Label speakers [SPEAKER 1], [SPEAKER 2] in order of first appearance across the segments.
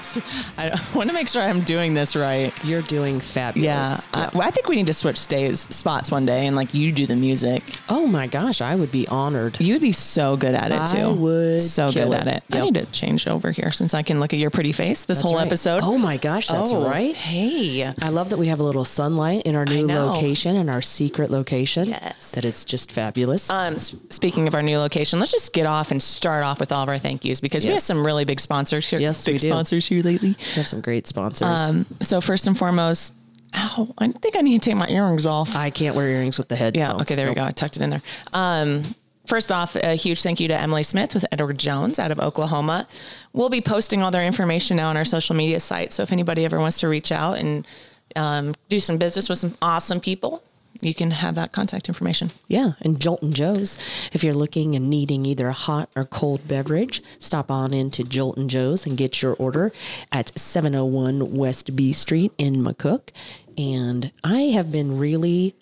[SPEAKER 1] s- I want to make sure I'm doing this right.
[SPEAKER 2] You're doing
[SPEAKER 1] Yeah,
[SPEAKER 2] fabulous.
[SPEAKER 1] I, well, I think we need to switch stays spots one day and like you do the music.
[SPEAKER 2] oh my gosh, I would be honored.
[SPEAKER 1] You would be so good at it
[SPEAKER 2] I
[SPEAKER 1] too.
[SPEAKER 2] would
[SPEAKER 1] so
[SPEAKER 2] kill
[SPEAKER 1] good at
[SPEAKER 2] it.
[SPEAKER 1] it.
[SPEAKER 2] Yep.
[SPEAKER 1] I need to change over here since I can look at your pretty face this
[SPEAKER 2] That's
[SPEAKER 1] whole
[SPEAKER 2] right.
[SPEAKER 1] episode.
[SPEAKER 2] Oh my gosh, that's
[SPEAKER 1] Oh,
[SPEAKER 2] right.
[SPEAKER 1] Hey,
[SPEAKER 2] I love that we have a little sunlight in our new
[SPEAKER 1] know.
[SPEAKER 2] location, in our secret location.
[SPEAKER 1] Yes.
[SPEAKER 2] That it's just fabulous.
[SPEAKER 1] Um, s- speaking of our new location, let's just get off and start off with all of our thank yous because we have
[SPEAKER 2] Yes.
[SPEAKER 1] some really big sponsors here.
[SPEAKER 2] Yes,
[SPEAKER 1] big
[SPEAKER 2] we do.
[SPEAKER 1] sponsors here lately.
[SPEAKER 2] we have some great sponsors.
[SPEAKER 1] Um, so first and foremost, ow, I think I need to take my earrings off.
[SPEAKER 2] I can't wear earrings with the headphones.
[SPEAKER 1] yeah. Okay, there we go. I tucked it in there. Um, first off, a huge thank you to Emily Smith with Edward Jones out of Oklahoma. We'll be posting all their information now on our social media site. So if anybody ever wants to reach out and um, do some business with some awesome people, you can have that contact information.
[SPEAKER 2] Yeah, and Jolton Joe's. If you're looking and needing either a hot or cold beverage, stop on into Jolton Joe's and get your order at 701 West B Street in McCook. And I have been really,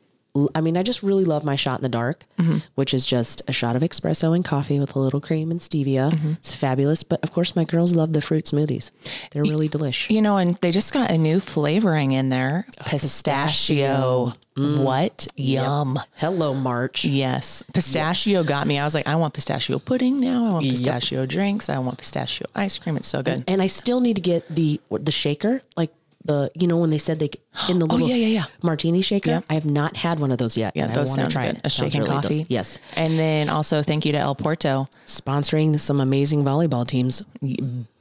[SPEAKER 2] I mean, I just really love my shot in the dark, which is just a shot of espresso and coffee with a little cream and stevia. It's fabulous. But of course, my girls love the fruit smoothies, they're really delish.
[SPEAKER 1] You know, and they just got a new flavoring in there pistachio. What? Yum.
[SPEAKER 2] Hello, March.
[SPEAKER 1] Yes. Pistachio got me. I was like, I want pistachio pudding now. I want pistachio drinks. I want pistachio ice cream. It's so good.
[SPEAKER 2] and I still need to get the the shaker, like the you know when they said they c- in the little
[SPEAKER 1] Oh, yeah, yeah, yeah.
[SPEAKER 2] martini shaker.
[SPEAKER 1] Yep.
[SPEAKER 2] I have not had one of those yet. and
[SPEAKER 1] Those
[SPEAKER 2] I want
[SPEAKER 1] sound
[SPEAKER 2] to try
[SPEAKER 1] good.
[SPEAKER 2] it.
[SPEAKER 1] A
[SPEAKER 2] Sounds
[SPEAKER 1] shaken
[SPEAKER 2] really
[SPEAKER 1] coffee.
[SPEAKER 2] delicious. Yes,
[SPEAKER 1] And then also thank you to El Porto,
[SPEAKER 2] sponsoring some amazing volleyball teams.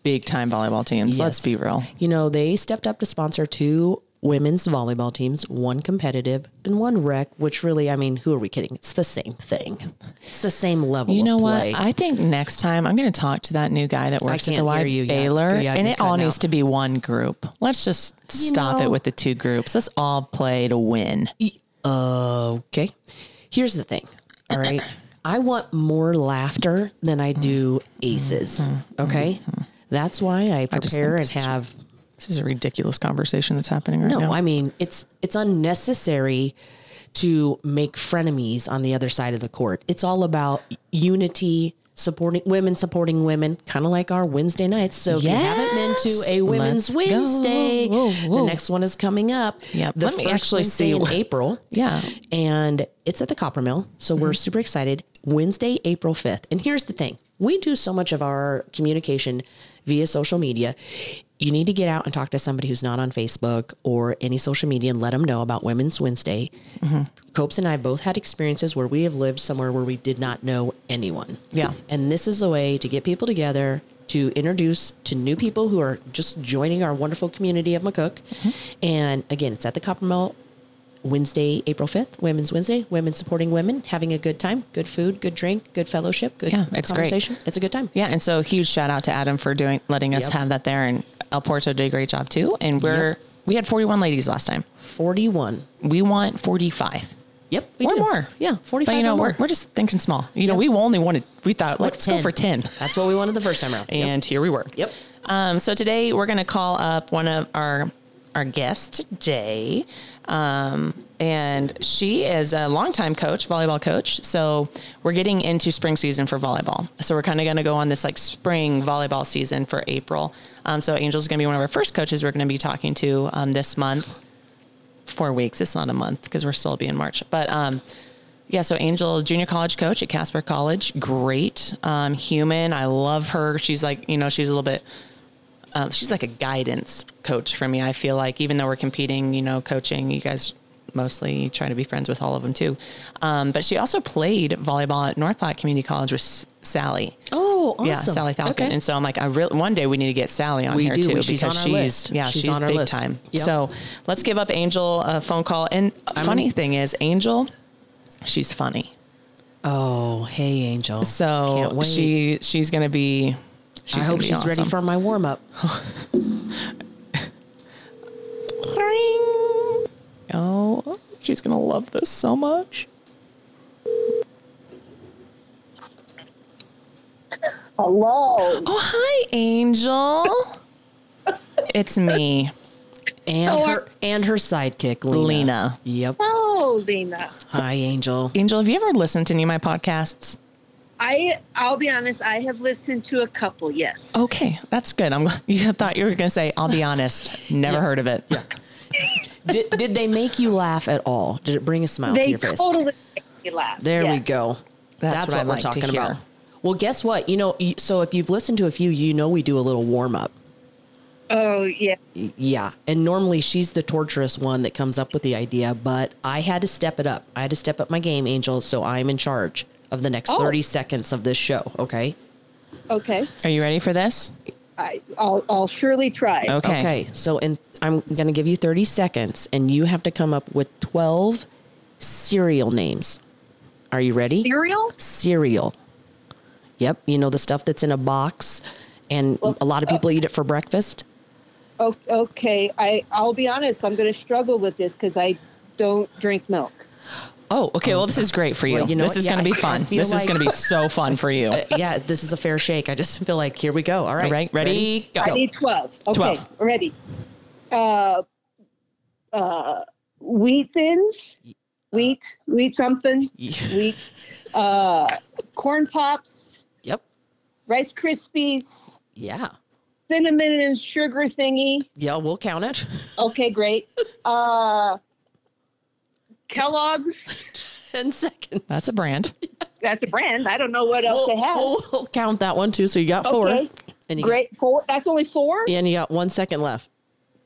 [SPEAKER 1] big time volleyball teams. Let's
[SPEAKER 2] Yes.
[SPEAKER 1] be real.
[SPEAKER 2] You know they stepped up to sponsor two women's volleyball teams, one competitive and one rec. Which really, I mean, who are we kidding? It's the same thing. It's the same level.
[SPEAKER 1] You know
[SPEAKER 2] of
[SPEAKER 1] what?
[SPEAKER 2] play.
[SPEAKER 1] I think next time I'm going to talk to that new guy that works at the
[SPEAKER 2] can't
[SPEAKER 1] Y
[SPEAKER 2] hear you yet.
[SPEAKER 1] Baylor,
[SPEAKER 2] Yeah,
[SPEAKER 1] and
[SPEAKER 2] you're
[SPEAKER 1] it all
[SPEAKER 2] cutting
[SPEAKER 1] needs
[SPEAKER 2] out.
[SPEAKER 1] to be one group. Let's just stop it
[SPEAKER 2] know-
[SPEAKER 1] with the two groups. Let's all play to win.
[SPEAKER 2] Uh, Okay. Here's the thing. All right. I want more laughter than I do
[SPEAKER 1] Mm-hmm.
[SPEAKER 2] aces. Okay. That's why I prepare and
[SPEAKER 1] think this-
[SPEAKER 2] have.
[SPEAKER 1] This is a ridiculous conversation that's happening right
[SPEAKER 2] No,
[SPEAKER 1] now.
[SPEAKER 2] I mean it's it's unnecessary to make frenemies on the other side of the court. It's all about unity, supporting women, supporting women, kind of like our Wednesday nights. So if you haven't been to a
[SPEAKER 1] Yes.
[SPEAKER 2] Women's
[SPEAKER 1] Let's go.
[SPEAKER 2] Wednesday,
[SPEAKER 1] Whoa, whoa.
[SPEAKER 2] the next one is coming up.
[SPEAKER 1] Yep.
[SPEAKER 2] the
[SPEAKER 1] Let me
[SPEAKER 2] first
[SPEAKER 1] actually
[SPEAKER 2] Wednesday
[SPEAKER 1] see
[SPEAKER 2] in
[SPEAKER 1] what-
[SPEAKER 2] April.
[SPEAKER 1] Yeah. Mm-hmm.
[SPEAKER 2] and it's at the Copper Mill. So we're super excited. Wednesday, April 5th. And here's the thing we do so much of our communication via social media. You need to get out and talk to somebody who's not on Facebook or any social media and let them know about Women's Wednesday.
[SPEAKER 1] Mm-hmm.
[SPEAKER 2] Copes and I both had experiences where we have lived somewhere where we did not know anyone.
[SPEAKER 1] Yeah.
[SPEAKER 2] And this is a way to get people together to introduce to new people who are just joining our wonderful community of McCook.
[SPEAKER 1] Mm-hmm.
[SPEAKER 2] And again, it's at the Copper Mill Wednesday, April 5th, Women's Wednesday, women supporting women, having a good time, good food, good drink, good fellowship, good
[SPEAKER 1] Yeah, it's great.
[SPEAKER 2] conversation. It's a good time.
[SPEAKER 1] Yeah, and so huge shout out to Adam for doing letting us
[SPEAKER 2] Yep.
[SPEAKER 1] have that there, and El Porto did a great job too. And we're we had 41 ladies last time.
[SPEAKER 2] 41.
[SPEAKER 1] We want 45
[SPEAKER 2] Yep. we
[SPEAKER 1] or
[SPEAKER 2] do.
[SPEAKER 1] more.
[SPEAKER 2] Yeah, 45
[SPEAKER 1] But you know,
[SPEAKER 2] or more.
[SPEAKER 1] we're, we're just thinking small. You know, we only wanted we thought let's go for 10,
[SPEAKER 2] That's what we wanted the first time around. Yep.
[SPEAKER 1] and here we were.
[SPEAKER 2] Yep.
[SPEAKER 1] Um, so today we're going to call up one of our our guests today, um, and she is a longtime coach, volleyball coach. So we're getting into spring season for volleyball. So we're kind of going to go on this like spring volleyball season for April. Um, so Angel's going to be one of our first coaches we're going to be talking to um, this month. Four weeks. It's not a month because we're still be in March, but. Um, yeah, so Angel, is junior college coach at Casper College, great um, human. I love her. She's like, you know, she's a little bit um, she's like a guidance coach for me. I feel like even though we're competing, you know, coaching, you guys mostly try to be friends with all of them too. Um, but she also played volleyball at North Platte Community College with S- Sally.
[SPEAKER 2] Oh, awesome.
[SPEAKER 1] Yeah, Sally Falcon.
[SPEAKER 2] Okay.
[SPEAKER 1] And so I'm like, I really one day we need to get Sally on
[SPEAKER 2] We
[SPEAKER 1] here
[SPEAKER 2] do.
[SPEAKER 1] too
[SPEAKER 2] She's on our list.
[SPEAKER 1] yeah, she's,
[SPEAKER 2] She's on our
[SPEAKER 1] big
[SPEAKER 2] list.
[SPEAKER 1] time.
[SPEAKER 2] Yep.
[SPEAKER 1] So let's give up Angel a phone call. And funny thing is, Angel, she's funny.
[SPEAKER 2] Oh, hey, Angel. Can't
[SPEAKER 1] So
[SPEAKER 2] wait.
[SPEAKER 1] she she's gonna be. She's
[SPEAKER 2] I
[SPEAKER 1] gonna
[SPEAKER 2] hope
[SPEAKER 1] be
[SPEAKER 2] she's ready
[SPEAKER 1] awesome.
[SPEAKER 2] for my warm up.
[SPEAKER 1] Ring. Oh, she's gonna love this so much.
[SPEAKER 3] Hello.
[SPEAKER 1] Oh, hi, Angel. it's me,
[SPEAKER 2] And her and her sidekick, Lena.
[SPEAKER 1] Oh, Lena.
[SPEAKER 2] Yep.
[SPEAKER 3] Hello, Lena.
[SPEAKER 2] Hi, Angel.
[SPEAKER 1] Angel. Have you ever listened to any of my podcasts?
[SPEAKER 3] I I'll be honest. I have listened to a couple. Yes.
[SPEAKER 1] Okay, that's good. I'm. gl- You thought you were going to say, "I'll be honest, never heard of it." Yeah.
[SPEAKER 2] did, did they make you laugh at all? Did it bring a smile to
[SPEAKER 3] They
[SPEAKER 2] your face?
[SPEAKER 3] totally make me laugh.
[SPEAKER 2] There we
[SPEAKER 3] Yes.
[SPEAKER 2] go.
[SPEAKER 1] That's
[SPEAKER 2] That's,
[SPEAKER 1] what
[SPEAKER 2] what,
[SPEAKER 1] I
[SPEAKER 2] we're
[SPEAKER 1] like to
[SPEAKER 2] talking
[SPEAKER 1] hear.
[SPEAKER 2] about. Well, guess what? You know, y- so if you've listened to a few, you know we do a little warm up.
[SPEAKER 3] Oh yeah.
[SPEAKER 2] Yeah. And normally she's the torturous one that comes up with the idea, but I had to step it up. I had to step up my game, Angel. So I'm in charge of the next
[SPEAKER 3] Oh.
[SPEAKER 2] 30 seconds of this show. Okay.
[SPEAKER 3] Okay.
[SPEAKER 1] Are you ready for this?
[SPEAKER 3] I, I'll I'll surely try.
[SPEAKER 1] Okay.
[SPEAKER 2] Okay. So in, I'm going to give you 30 seconds and you have to come up with 12 cereal names. Are you ready?
[SPEAKER 3] Cereal.
[SPEAKER 2] cereal. Yep, you know the stuff that's in a box, and a lot of
[SPEAKER 1] uh,
[SPEAKER 2] people eat it for breakfast.
[SPEAKER 3] O- okay. I I'll be honest. I'm going to struggle with this because I don't drink milk.
[SPEAKER 1] Oh, okay. Well, this is great for you.
[SPEAKER 2] Well, you know
[SPEAKER 1] this
[SPEAKER 2] what?
[SPEAKER 1] is
[SPEAKER 2] Yeah,
[SPEAKER 1] going to
[SPEAKER 2] I-
[SPEAKER 1] be
[SPEAKER 2] I
[SPEAKER 1] fun.
[SPEAKER 2] feel
[SPEAKER 1] This is
[SPEAKER 2] like-
[SPEAKER 1] going to be so fun for you.
[SPEAKER 2] Yeah, this is a fair shake. I just feel like here we go. All right,
[SPEAKER 1] All right, ready? Go.
[SPEAKER 3] I need twelve. Okay.
[SPEAKER 1] 12.
[SPEAKER 3] Ready. Uh, uh, wheat thins.
[SPEAKER 2] uh,
[SPEAKER 3] Wheat. Wheat something. Wheat. Uh, corn pops.
[SPEAKER 2] Yep.
[SPEAKER 3] Rice Krispies.
[SPEAKER 2] Yeah.
[SPEAKER 3] cinnamon and sugar thingy.
[SPEAKER 2] Yeah, we'll count it.
[SPEAKER 3] Okay, great. Uh, Kellogg's.
[SPEAKER 2] Ten seconds.
[SPEAKER 1] That's a brand.
[SPEAKER 3] That's a brand. I don't know what else
[SPEAKER 2] We'll,
[SPEAKER 3] they have.
[SPEAKER 2] we'll- we'll count that one too. So you got four,
[SPEAKER 3] Okay.
[SPEAKER 2] and you
[SPEAKER 3] great. Four. That's only four.
[SPEAKER 2] Got, and you got one second left.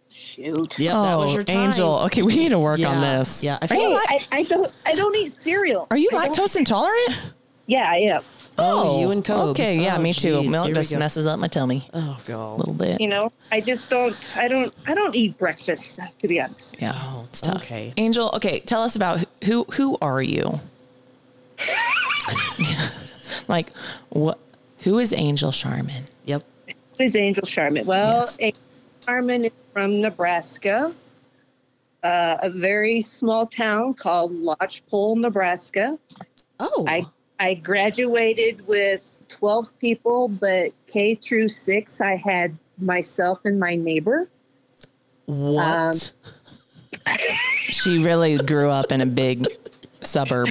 [SPEAKER 3] Shoot.
[SPEAKER 2] Yep, that was
[SPEAKER 1] Oh,
[SPEAKER 2] your time.
[SPEAKER 1] Angel. Okay, we need to work
[SPEAKER 2] Yeah,
[SPEAKER 1] on this.
[SPEAKER 2] Yeah, I
[SPEAKER 1] Are
[SPEAKER 2] feel
[SPEAKER 1] you,
[SPEAKER 3] Hey,
[SPEAKER 1] lact-
[SPEAKER 3] I, I don't. I don't eat cereal.
[SPEAKER 1] are you
[SPEAKER 3] I don't-
[SPEAKER 1] lactose intolerant?
[SPEAKER 3] Yeah, I am.
[SPEAKER 2] Oh, you and Cobes.
[SPEAKER 1] Okay, yeah,
[SPEAKER 2] Oh,
[SPEAKER 1] me too.
[SPEAKER 2] geez, here
[SPEAKER 1] Milk
[SPEAKER 2] we
[SPEAKER 1] just
[SPEAKER 2] go.
[SPEAKER 1] messes up my tummy a
[SPEAKER 2] Oh god.
[SPEAKER 1] little bit.
[SPEAKER 3] You know, I just don't. I don't. I don't eat breakfast. To be honest,
[SPEAKER 1] Yeah, it's tough.
[SPEAKER 2] okay.
[SPEAKER 1] Angel. Okay, tell us about who who are you? like, what? Who is Angel Sharman?
[SPEAKER 2] Yep.
[SPEAKER 3] Who is Angel Sharman? Well,
[SPEAKER 1] Yes.
[SPEAKER 3] Angel Sharman is from Nebraska, uh, a very small town called Lodgepole, Nebraska.
[SPEAKER 2] Oh.
[SPEAKER 3] I
[SPEAKER 1] um,
[SPEAKER 3] I graduated with 12 people, but K through 6 I had myself and my neighbor.
[SPEAKER 2] what?
[SPEAKER 1] She really grew up in a big suburb.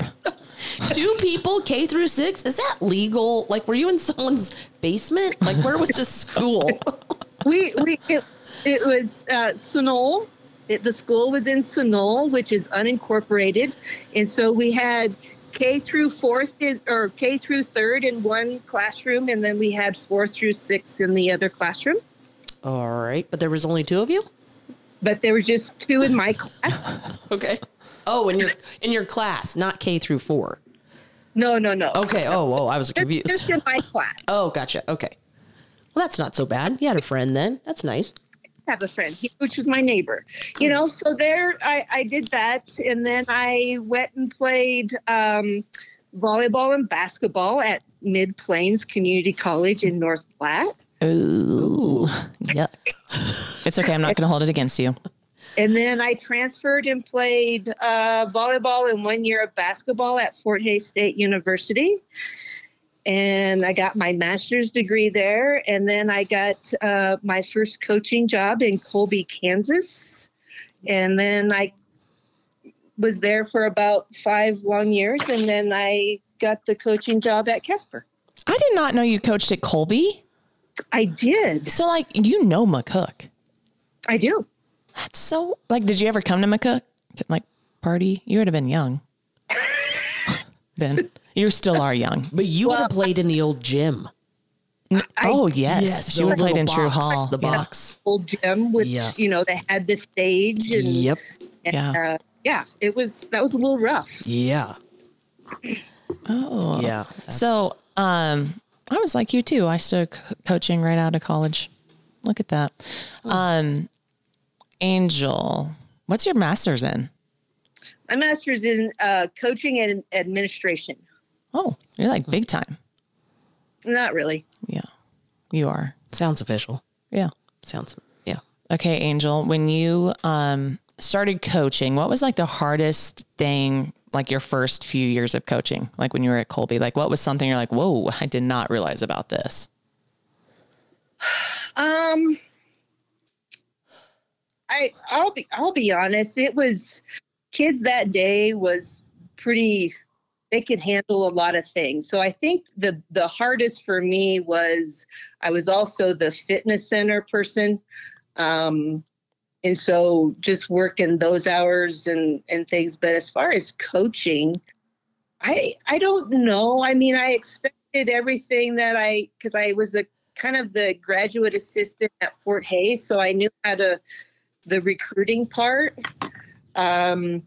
[SPEAKER 2] two people K through six. Is that legal? Like, were you in someone's basement? Like, where was this school?
[SPEAKER 3] We we it, it was uh Sunol. It, the school was in Sunol, which is unincorporated, and so we had K through 4th in, or K through 3rd in one classroom and then we had 4th through 6th in the other classroom.
[SPEAKER 2] All right, but there was only two of you.
[SPEAKER 3] But there was just two in my class.
[SPEAKER 2] Okay. Oh, in your in your class, not K through four.
[SPEAKER 3] No, no, no.
[SPEAKER 2] Okay. Oh, whoa, I was
[SPEAKER 3] Just, just
[SPEAKER 2] confused.
[SPEAKER 3] in my class.
[SPEAKER 2] Oh, gotcha. Okay. Well, that's not so bad. You had a friend then. That's nice.
[SPEAKER 3] have a friend, he- which was my neighbor. You know, so there I, I did that. And then I went and played um, volleyball and basketball at Mid Plains Community College in North Platte.
[SPEAKER 1] Ooh, yuck. It's okay. I'm not going to hold it against you.
[SPEAKER 3] And then I transferred and played uh, volleyball and one year of basketball at Fort Hays State University. And I got my master's degree there. And then I got uh, my first coaching job in Colby, Kansas. And then I was there for about five long years. And then I got the coaching job at Casper.
[SPEAKER 1] I did not know you coached at Colby.
[SPEAKER 3] I did.
[SPEAKER 1] So, like, you know McCook.
[SPEAKER 3] I do.
[SPEAKER 1] That's so. Like, did you ever come to McCook? To, like, party? You would have been young. then you still are young.
[SPEAKER 2] But you would have played in the old gym.
[SPEAKER 1] oh yes, she
[SPEAKER 2] the
[SPEAKER 1] would have played
[SPEAKER 2] little
[SPEAKER 1] in True
[SPEAKER 2] box,
[SPEAKER 1] Hall.
[SPEAKER 2] The
[SPEAKER 1] Yeah.
[SPEAKER 2] box.
[SPEAKER 3] Old gym, which,
[SPEAKER 2] Yeah.
[SPEAKER 3] you know, they had the stage. And,
[SPEAKER 2] Yep.
[SPEAKER 3] and,
[SPEAKER 1] Yeah.
[SPEAKER 3] uh, yeah, it was, that was a little rough.
[SPEAKER 2] Yeah.
[SPEAKER 1] Oh
[SPEAKER 2] Yeah.
[SPEAKER 1] So, um, I was like you too. I started co- coaching right out of college. Look at that. Um, Angel, what's your master's in?
[SPEAKER 3] My master's in uh, coaching and administration.
[SPEAKER 1] Oh, you're like big time.
[SPEAKER 3] Not really.
[SPEAKER 1] Yeah, you are.
[SPEAKER 2] Sounds official.
[SPEAKER 1] Yeah.
[SPEAKER 2] Sounds. Yeah.
[SPEAKER 1] Okay, Angel, when you um, started coaching, what was like the hardest thing, like your first few years of coaching, like when you were at Colby? Like, what was something you're like, whoa, I did not realize about this?
[SPEAKER 3] Um, I I'll be I'll be honest. It was kids that day was pretty. they- they could handle a lot of things. So I think the the hardest for me was I was also the fitness center person. Um, and so just working those hours and and things but as far as coaching i i don't know i mean i expected everything that i because i was a kind of the graduate assistant at fort hayes so i knew how to the recruiting part um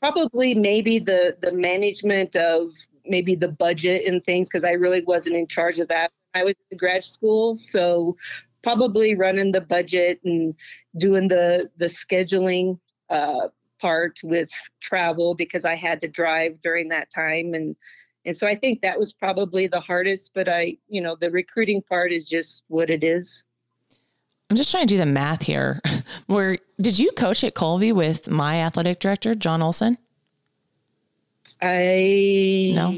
[SPEAKER 3] probably maybe the the management of maybe the budget and things because i really wasn't in charge of that i was in grad school so probably running the budget and doing the the scheduling uh, part with travel because I had to drive during that time and and so I think that was probably the hardest. But I you know the recruiting part is just what it is.
[SPEAKER 1] I'm just trying to do the math here. Where did you coach at Colby with my athletic director John Olson?
[SPEAKER 3] I
[SPEAKER 1] No.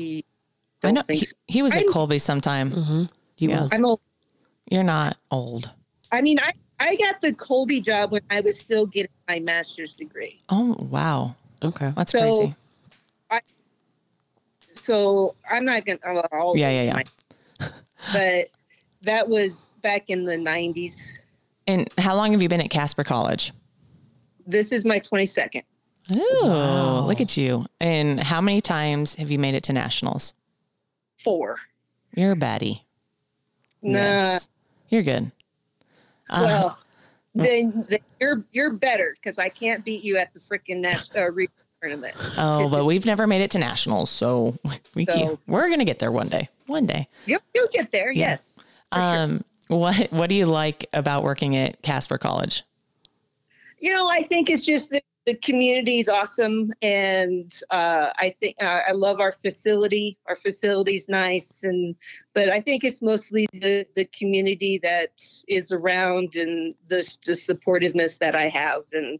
[SPEAKER 1] I know
[SPEAKER 3] think
[SPEAKER 1] he,
[SPEAKER 3] so.
[SPEAKER 1] he was at
[SPEAKER 3] I'm-
[SPEAKER 1] Colby sometime.
[SPEAKER 2] Mm-hmm. He
[SPEAKER 1] Yeah.
[SPEAKER 2] was.
[SPEAKER 3] I'm old.
[SPEAKER 1] You're not old.
[SPEAKER 3] I mean I I got the Colby job when I was still getting my master's degree.
[SPEAKER 1] Oh wow,
[SPEAKER 2] Okay.
[SPEAKER 1] that's
[SPEAKER 3] So-
[SPEAKER 1] crazy.
[SPEAKER 3] So I'm not gonna. Well, I'll-
[SPEAKER 1] Yeah, yeah, yeah.
[SPEAKER 3] But that was back in the '90s.
[SPEAKER 1] And how long have you been at Casper College?
[SPEAKER 3] This is my 22nd.
[SPEAKER 1] Oh,
[SPEAKER 2] Wow.
[SPEAKER 1] look at you! And how many times have you made it to nationals?
[SPEAKER 3] Four.
[SPEAKER 1] You're a baddie.
[SPEAKER 3] Nah.
[SPEAKER 1] Yes. You're good. Uh,
[SPEAKER 3] Well, then, then you're you're better because I can't beat you at the freaking national uh, regional tournament.
[SPEAKER 1] oh,
[SPEAKER 3] this
[SPEAKER 1] but
[SPEAKER 3] is-
[SPEAKER 1] we've never made it to nationals, so we
[SPEAKER 3] So-
[SPEAKER 1] can't, we're gonna get there one day. One day.
[SPEAKER 3] You'll, you'll get there.
[SPEAKER 1] Yeah.
[SPEAKER 3] Yes.
[SPEAKER 1] Um, what What do you like about working at Casper College?
[SPEAKER 3] You know, I think it's just the, the community is awesome, and uh, I think uh, I love our facility. Our facility's nice, and but I think it's mostly the the community that is around and the s- the supportiveness that I have, and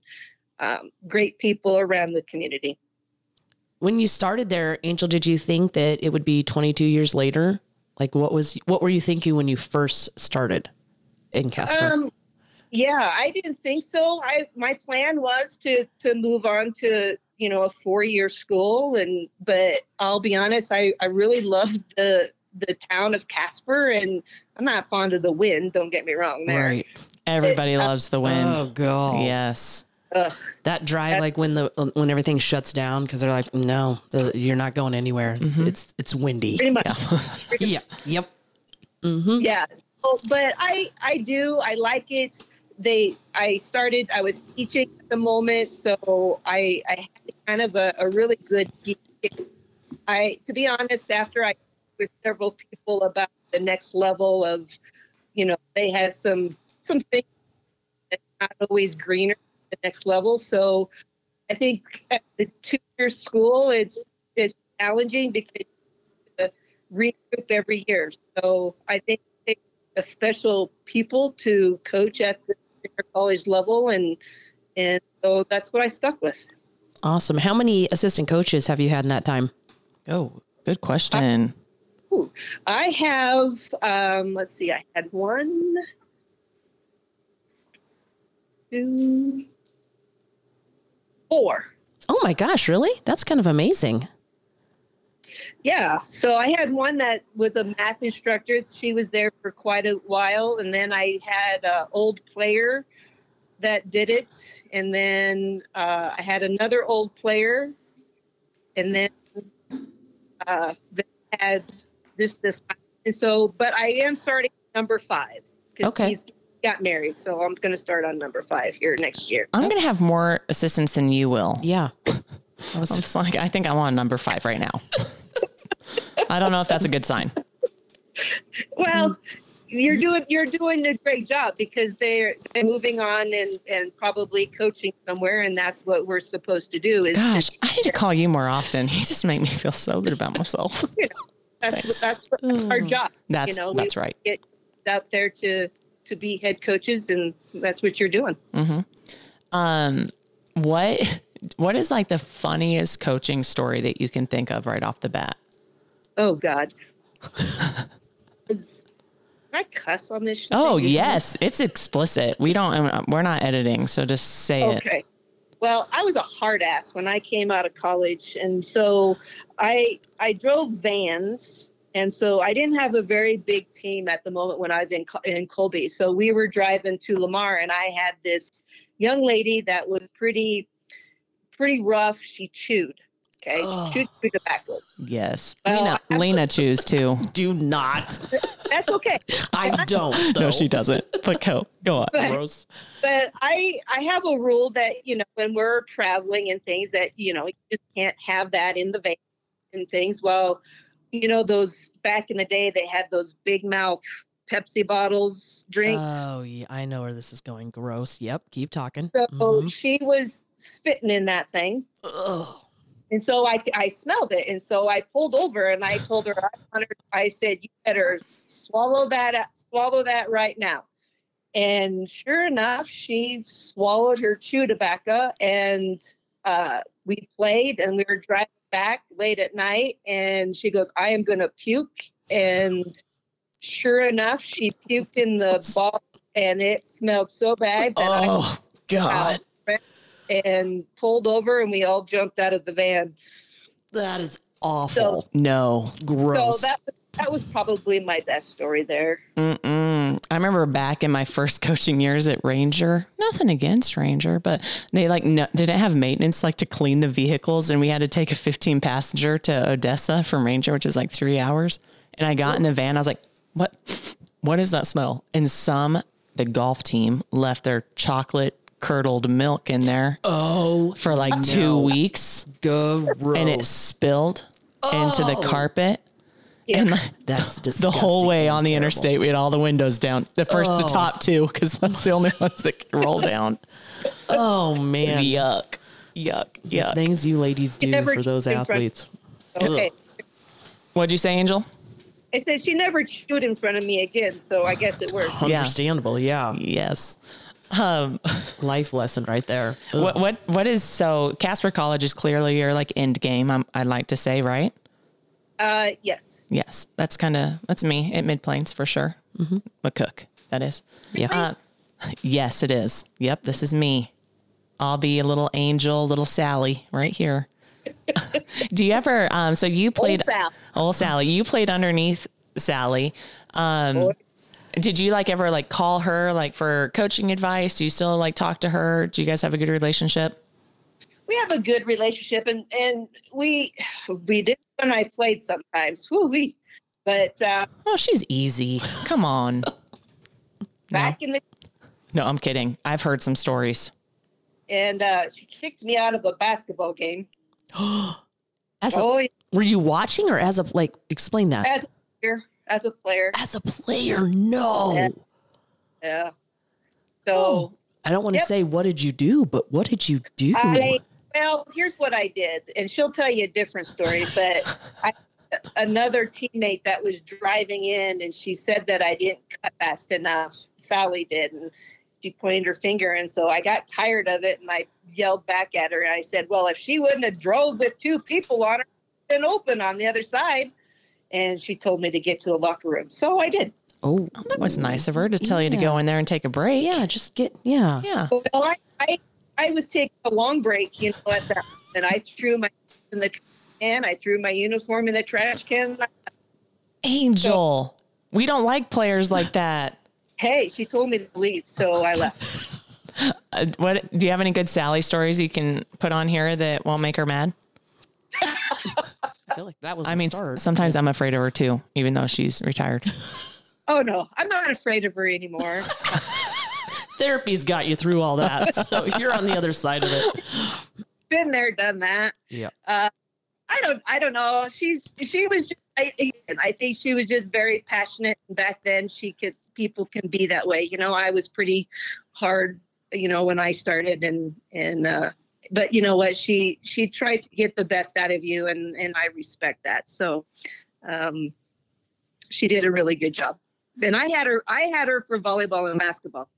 [SPEAKER 3] um, great people around the community.
[SPEAKER 2] When you started there, Angel, did you think that it would be 22 years later? Like, what was what were you thinking when you first started in Casper?
[SPEAKER 3] Um, yeah, I didn't think so. I my plan was to to move on to you know a four year school, and but I'll be honest, I I really loved the the town of Casper, and I'm not fond of the wind. Don't get me wrong. There,
[SPEAKER 2] right.
[SPEAKER 1] Everybody
[SPEAKER 3] uh,
[SPEAKER 1] loves the wind.
[SPEAKER 2] Oh god.
[SPEAKER 1] Yes.
[SPEAKER 3] Ugh,
[SPEAKER 2] That drive, like when the when everything shuts down, because they're like, no, uh, you're not going anywhere.
[SPEAKER 1] Mm-hmm.
[SPEAKER 2] It's it's windy.
[SPEAKER 3] pretty much.
[SPEAKER 2] yeah. Yep. Mm-hmm.
[SPEAKER 3] yeah so- but i i do i like it they i started i was teaching at the moment so i i had kind of a, a really good gig. i to be honest after i talked with several people about the next level of you know they had some some things that's not always greener at the next level so i think at the two-year school it's it's challenging because regroup every year. So I think they a special people to coach at the junior college level, and and so that's what I stuck with.
[SPEAKER 2] Awesome. How many assistant coaches have you had in that time?
[SPEAKER 1] Oh, good question.
[SPEAKER 3] I have um, let's see, I had one, two, four.
[SPEAKER 2] Oh my gosh, really? That's kind of amazing.
[SPEAKER 3] Yeah. So I had one that was a math instructor. She was there for quite a while. And then I had an old player that did it. And then uh, I had another old player. And then uh, they had this, this. And so, but I am starting number five because
[SPEAKER 2] Okay.
[SPEAKER 3] he's got married. So I'm going to start on number five here next year.
[SPEAKER 1] I'm gonna have more assistance than you will.
[SPEAKER 2] Yeah. I
[SPEAKER 1] I'm
[SPEAKER 2] was,
[SPEAKER 1] just like, I think I'm on number five right now. I don't know if that's a good sign.
[SPEAKER 3] Well,
[SPEAKER 1] Mm-hmm.
[SPEAKER 3] you're doing you're doing a great job because they're they're moving on and and probably coaching somewhere, and that's what we're supposed to do. Is
[SPEAKER 1] Gosh, I need to call you more often. You just make me feel so good about myself.
[SPEAKER 3] that's what, that's what, that's our job.
[SPEAKER 1] Mm. That's
[SPEAKER 3] know, we-
[SPEAKER 1] that's right.
[SPEAKER 3] Out there to to be head coaches, and that's what you're doing.
[SPEAKER 1] Mm. What what is like the funniest coaching story that you can think of right off the bat?
[SPEAKER 3] Oh God. Is- Can I cuss on this? show?
[SPEAKER 1] um, uh, Oh yes, it's explicit. We don't. We're not editing, so just say it.
[SPEAKER 3] Okay. well, I was a hard ass when I came out of college, and so I I drove vans, and so I didn't have a very big team at the moment when I was in Col- in Colby. So we were driving to Lamar, and I had this young lady that was pretty pretty rough. She chewed. Okay,
[SPEAKER 2] Ugh.
[SPEAKER 3] she chewed through tobacco.
[SPEAKER 1] Yes.
[SPEAKER 3] Well,
[SPEAKER 1] Lena,
[SPEAKER 3] I-
[SPEAKER 1] Lena chews too.
[SPEAKER 2] Do not.
[SPEAKER 3] That's okay.
[SPEAKER 2] I don't. Though.
[SPEAKER 1] No, she doesn't. But go, go on.
[SPEAKER 3] But-
[SPEAKER 2] Gross.
[SPEAKER 3] but I I have a rule that you know when we're traveling and things that you know you just can't have that in the van and things. Well, you know those back in the day they had those big mouth Pepsi bottles drinks.
[SPEAKER 2] Oh, yeah, I know where this is going. Gross. Yep. Keep talking.
[SPEAKER 3] so
[SPEAKER 2] Mhm.
[SPEAKER 3] she was spitting in that thing.
[SPEAKER 2] Ugh.
[SPEAKER 3] And so I, I smelled it. And so I pulled over and I told her, I, want her- I said, you better swallow that, up- swallow that right now. And sure enough, she swallowed her chew tobacco and uh, we played and we were driving back late at night. And she goes, I am going to puke. And sure enough, she puked in the ball and it smelled so bad that I
[SPEAKER 1] Oh, God.
[SPEAKER 3] and pulled over and we all jumped out of the van.
[SPEAKER 2] That is awful.
[SPEAKER 1] No.
[SPEAKER 2] Gross.
[SPEAKER 3] So that that was probably my best story there.
[SPEAKER 1] Mm-mm. I remember back in my first coaching years at Ranger, nothing against Ranger, but they like no, didn't have maintenance like to clean the vehicles. And we had to take a 15 passenger to Odessa from Ranger, which is like three hours. And I got in the van. I was like, what, what is that smell? And some, the golf team left their chocolate curdled milk in there
[SPEAKER 2] oh,
[SPEAKER 1] for like two weeks
[SPEAKER 2] gross.
[SPEAKER 1] and it spilled into the carpet. And like,
[SPEAKER 2] That's
[SPEAKER 1] the
[SPEAKER 2] disgusting.
[SPEAKER 1] whole way
[SPEAKER 2] and
[SPEAKER 1] on the
[SPEAKER 2] terrible.
[SPEAKER 1] interstate. We had all the windows down. The first, the top two, because that's the only ones that could roll down.
[SPEAKER 2] Oh man,
[SPEAKER 1] Yuck! Yuck! Yuck!
[SPEAKER 2] things you ladies do
[SPEAKER 3] never
[SPEAKER 2] for those
[SPEAKER 3] cheat in front-
[SPEAKER 2] athletes.
[SPEAKER 3] Okay.
[SPEAKER 1] What'd you say, Angel?
[SPEAKER 3] I said she never chewed in front of me again, so I guess it worked.
[SPEAKER 1] Yeah.
[SPEAKER 2] Understandable. Yeah.
[SPEAKER 1] Yes.
[SPEAKER 2] Life lesson right there. Ugh.
[SPEAKER 1] What? What? What is so? Casper College is clearly your like end game. I'm, I'd like to say, right?
[SPEAKER 3] Uh, yes.
[SPEAKER 1] Yes, that's kind of that's me at Mid Plains for sure. McCook, that is.
[SPEAKER 2] Yeah.
[SPEAKER 1] Uh, yes, it is. Yep, this is me. I'll be a little angel, little Sally, right here. Do you ever? Um, so you played
[SPEAKER 3] Sal.
[SPEAKER 1] old Sally. You played underneath Sally. Um, did you like ever like call her like for coaching advice? Do you still like talk to her? Do you guys have a good relationship?
[SPEAKER 3] We have a good relationship, and and we we did when I played sometimes. Woo wee. But uh,
[SPEAKER 1] Oh, she's easy. Come on.
[SPEAKER 3] back in the
[SPEAKER 1] No, I'm kidding. I've heard some stories.
[SPEAKER 3] and uh, she kicked me out of a basketball game.
[SPEAKER 2] As a,
[SPEAKER 3] Oh, yeah,
[SPEAKER 2] were you watching or as a like? Explain that.
[SPEAKER 3] as a player, as a player.
[SPEAKER 2] As a player, no.
[SPEAKER 3] Yeah. Yeah. So.
[SPEAKER 2] I don't want to
[SPEAKER 3] Yep.
[SPEAKER 2] say what did you do, but what did you do?
[SPEAKER 3] I well, here's what I did, and she'll tell you a different story. But I, another teammate that was driving in, and she said that I didn't cut fast enough. Sally did, and she pointed her finger, and so I got tired of it, and I yelled back at her, and I said, "Well, if she wouldn't have drove the two people on her, been open on the other side." And she told me to get to the locker room, so I did.
[SPEAKER 2] oh,
[SPEAKER 1] That was nice of her to tell you to go in there and take a break.
[SPEAKER 2] yeah. Just get yeah.
[SPEAKER 1] Yeah.
[SPEAKER 3] Well, I, I, I was taking a long break, you know, at that, and I threw my in the trash can. I threw my uniform in the trash can.
[SPEAKER 1] Angel. we don't like players like that.
[SPEAKER 3] Hey, she told me to leave, so I left.
[SPEAKER 1] Uh, what do you have any good Sally stories you can put on here that won't make her mad?
[SPEAKER 2] I feel like that was.
[SPEAKER 1] I
[SPEAKER 2] a
[SPEAKER 1] mean, s-
[SPEAKER 2] start.
[SPEAKER 1] sometimes I'm afraid of her too, even though she's retired.
[SPEAKER 3] Oh no, I'm not afraid of her anymore.
[SPEAKER 2] therapy's got you through all that, so you're on the other side of it.
[SPEAKER 3] Been there, done that.
[SPEAKER 2] Yeah.
[SPEAKER 3] Uh, I don't. I don't know. She's. She was. Just, I, again, I think she was just very passionate. And Back then, she could. People can be that way. You know, I was pretty hard. You know, when I started, and and uh, but you know what? She she tried to get the best out of you, and and I respect that. So, um, she did a really good job. And I had her. I had her for volleyball and basketball.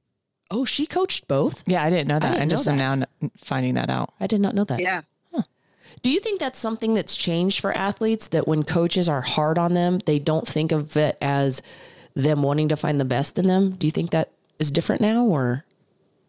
[SPEAKER 2] Oh, she coached both.
[SPEAKER 1] yeah, I didn't know that. I,
[SPEAKER 2] didn't know
[SPEAKER 1] just am now n- finding that out.
[SPEAKER 2] I did not know that.
[SPEAKER 3] Yeah.
[SPEAKER 2] Do you think that's something that's changed for athletes that when coaches are hard on them, they don't think of it as them wanting to find the best in them? Do you think that is different now or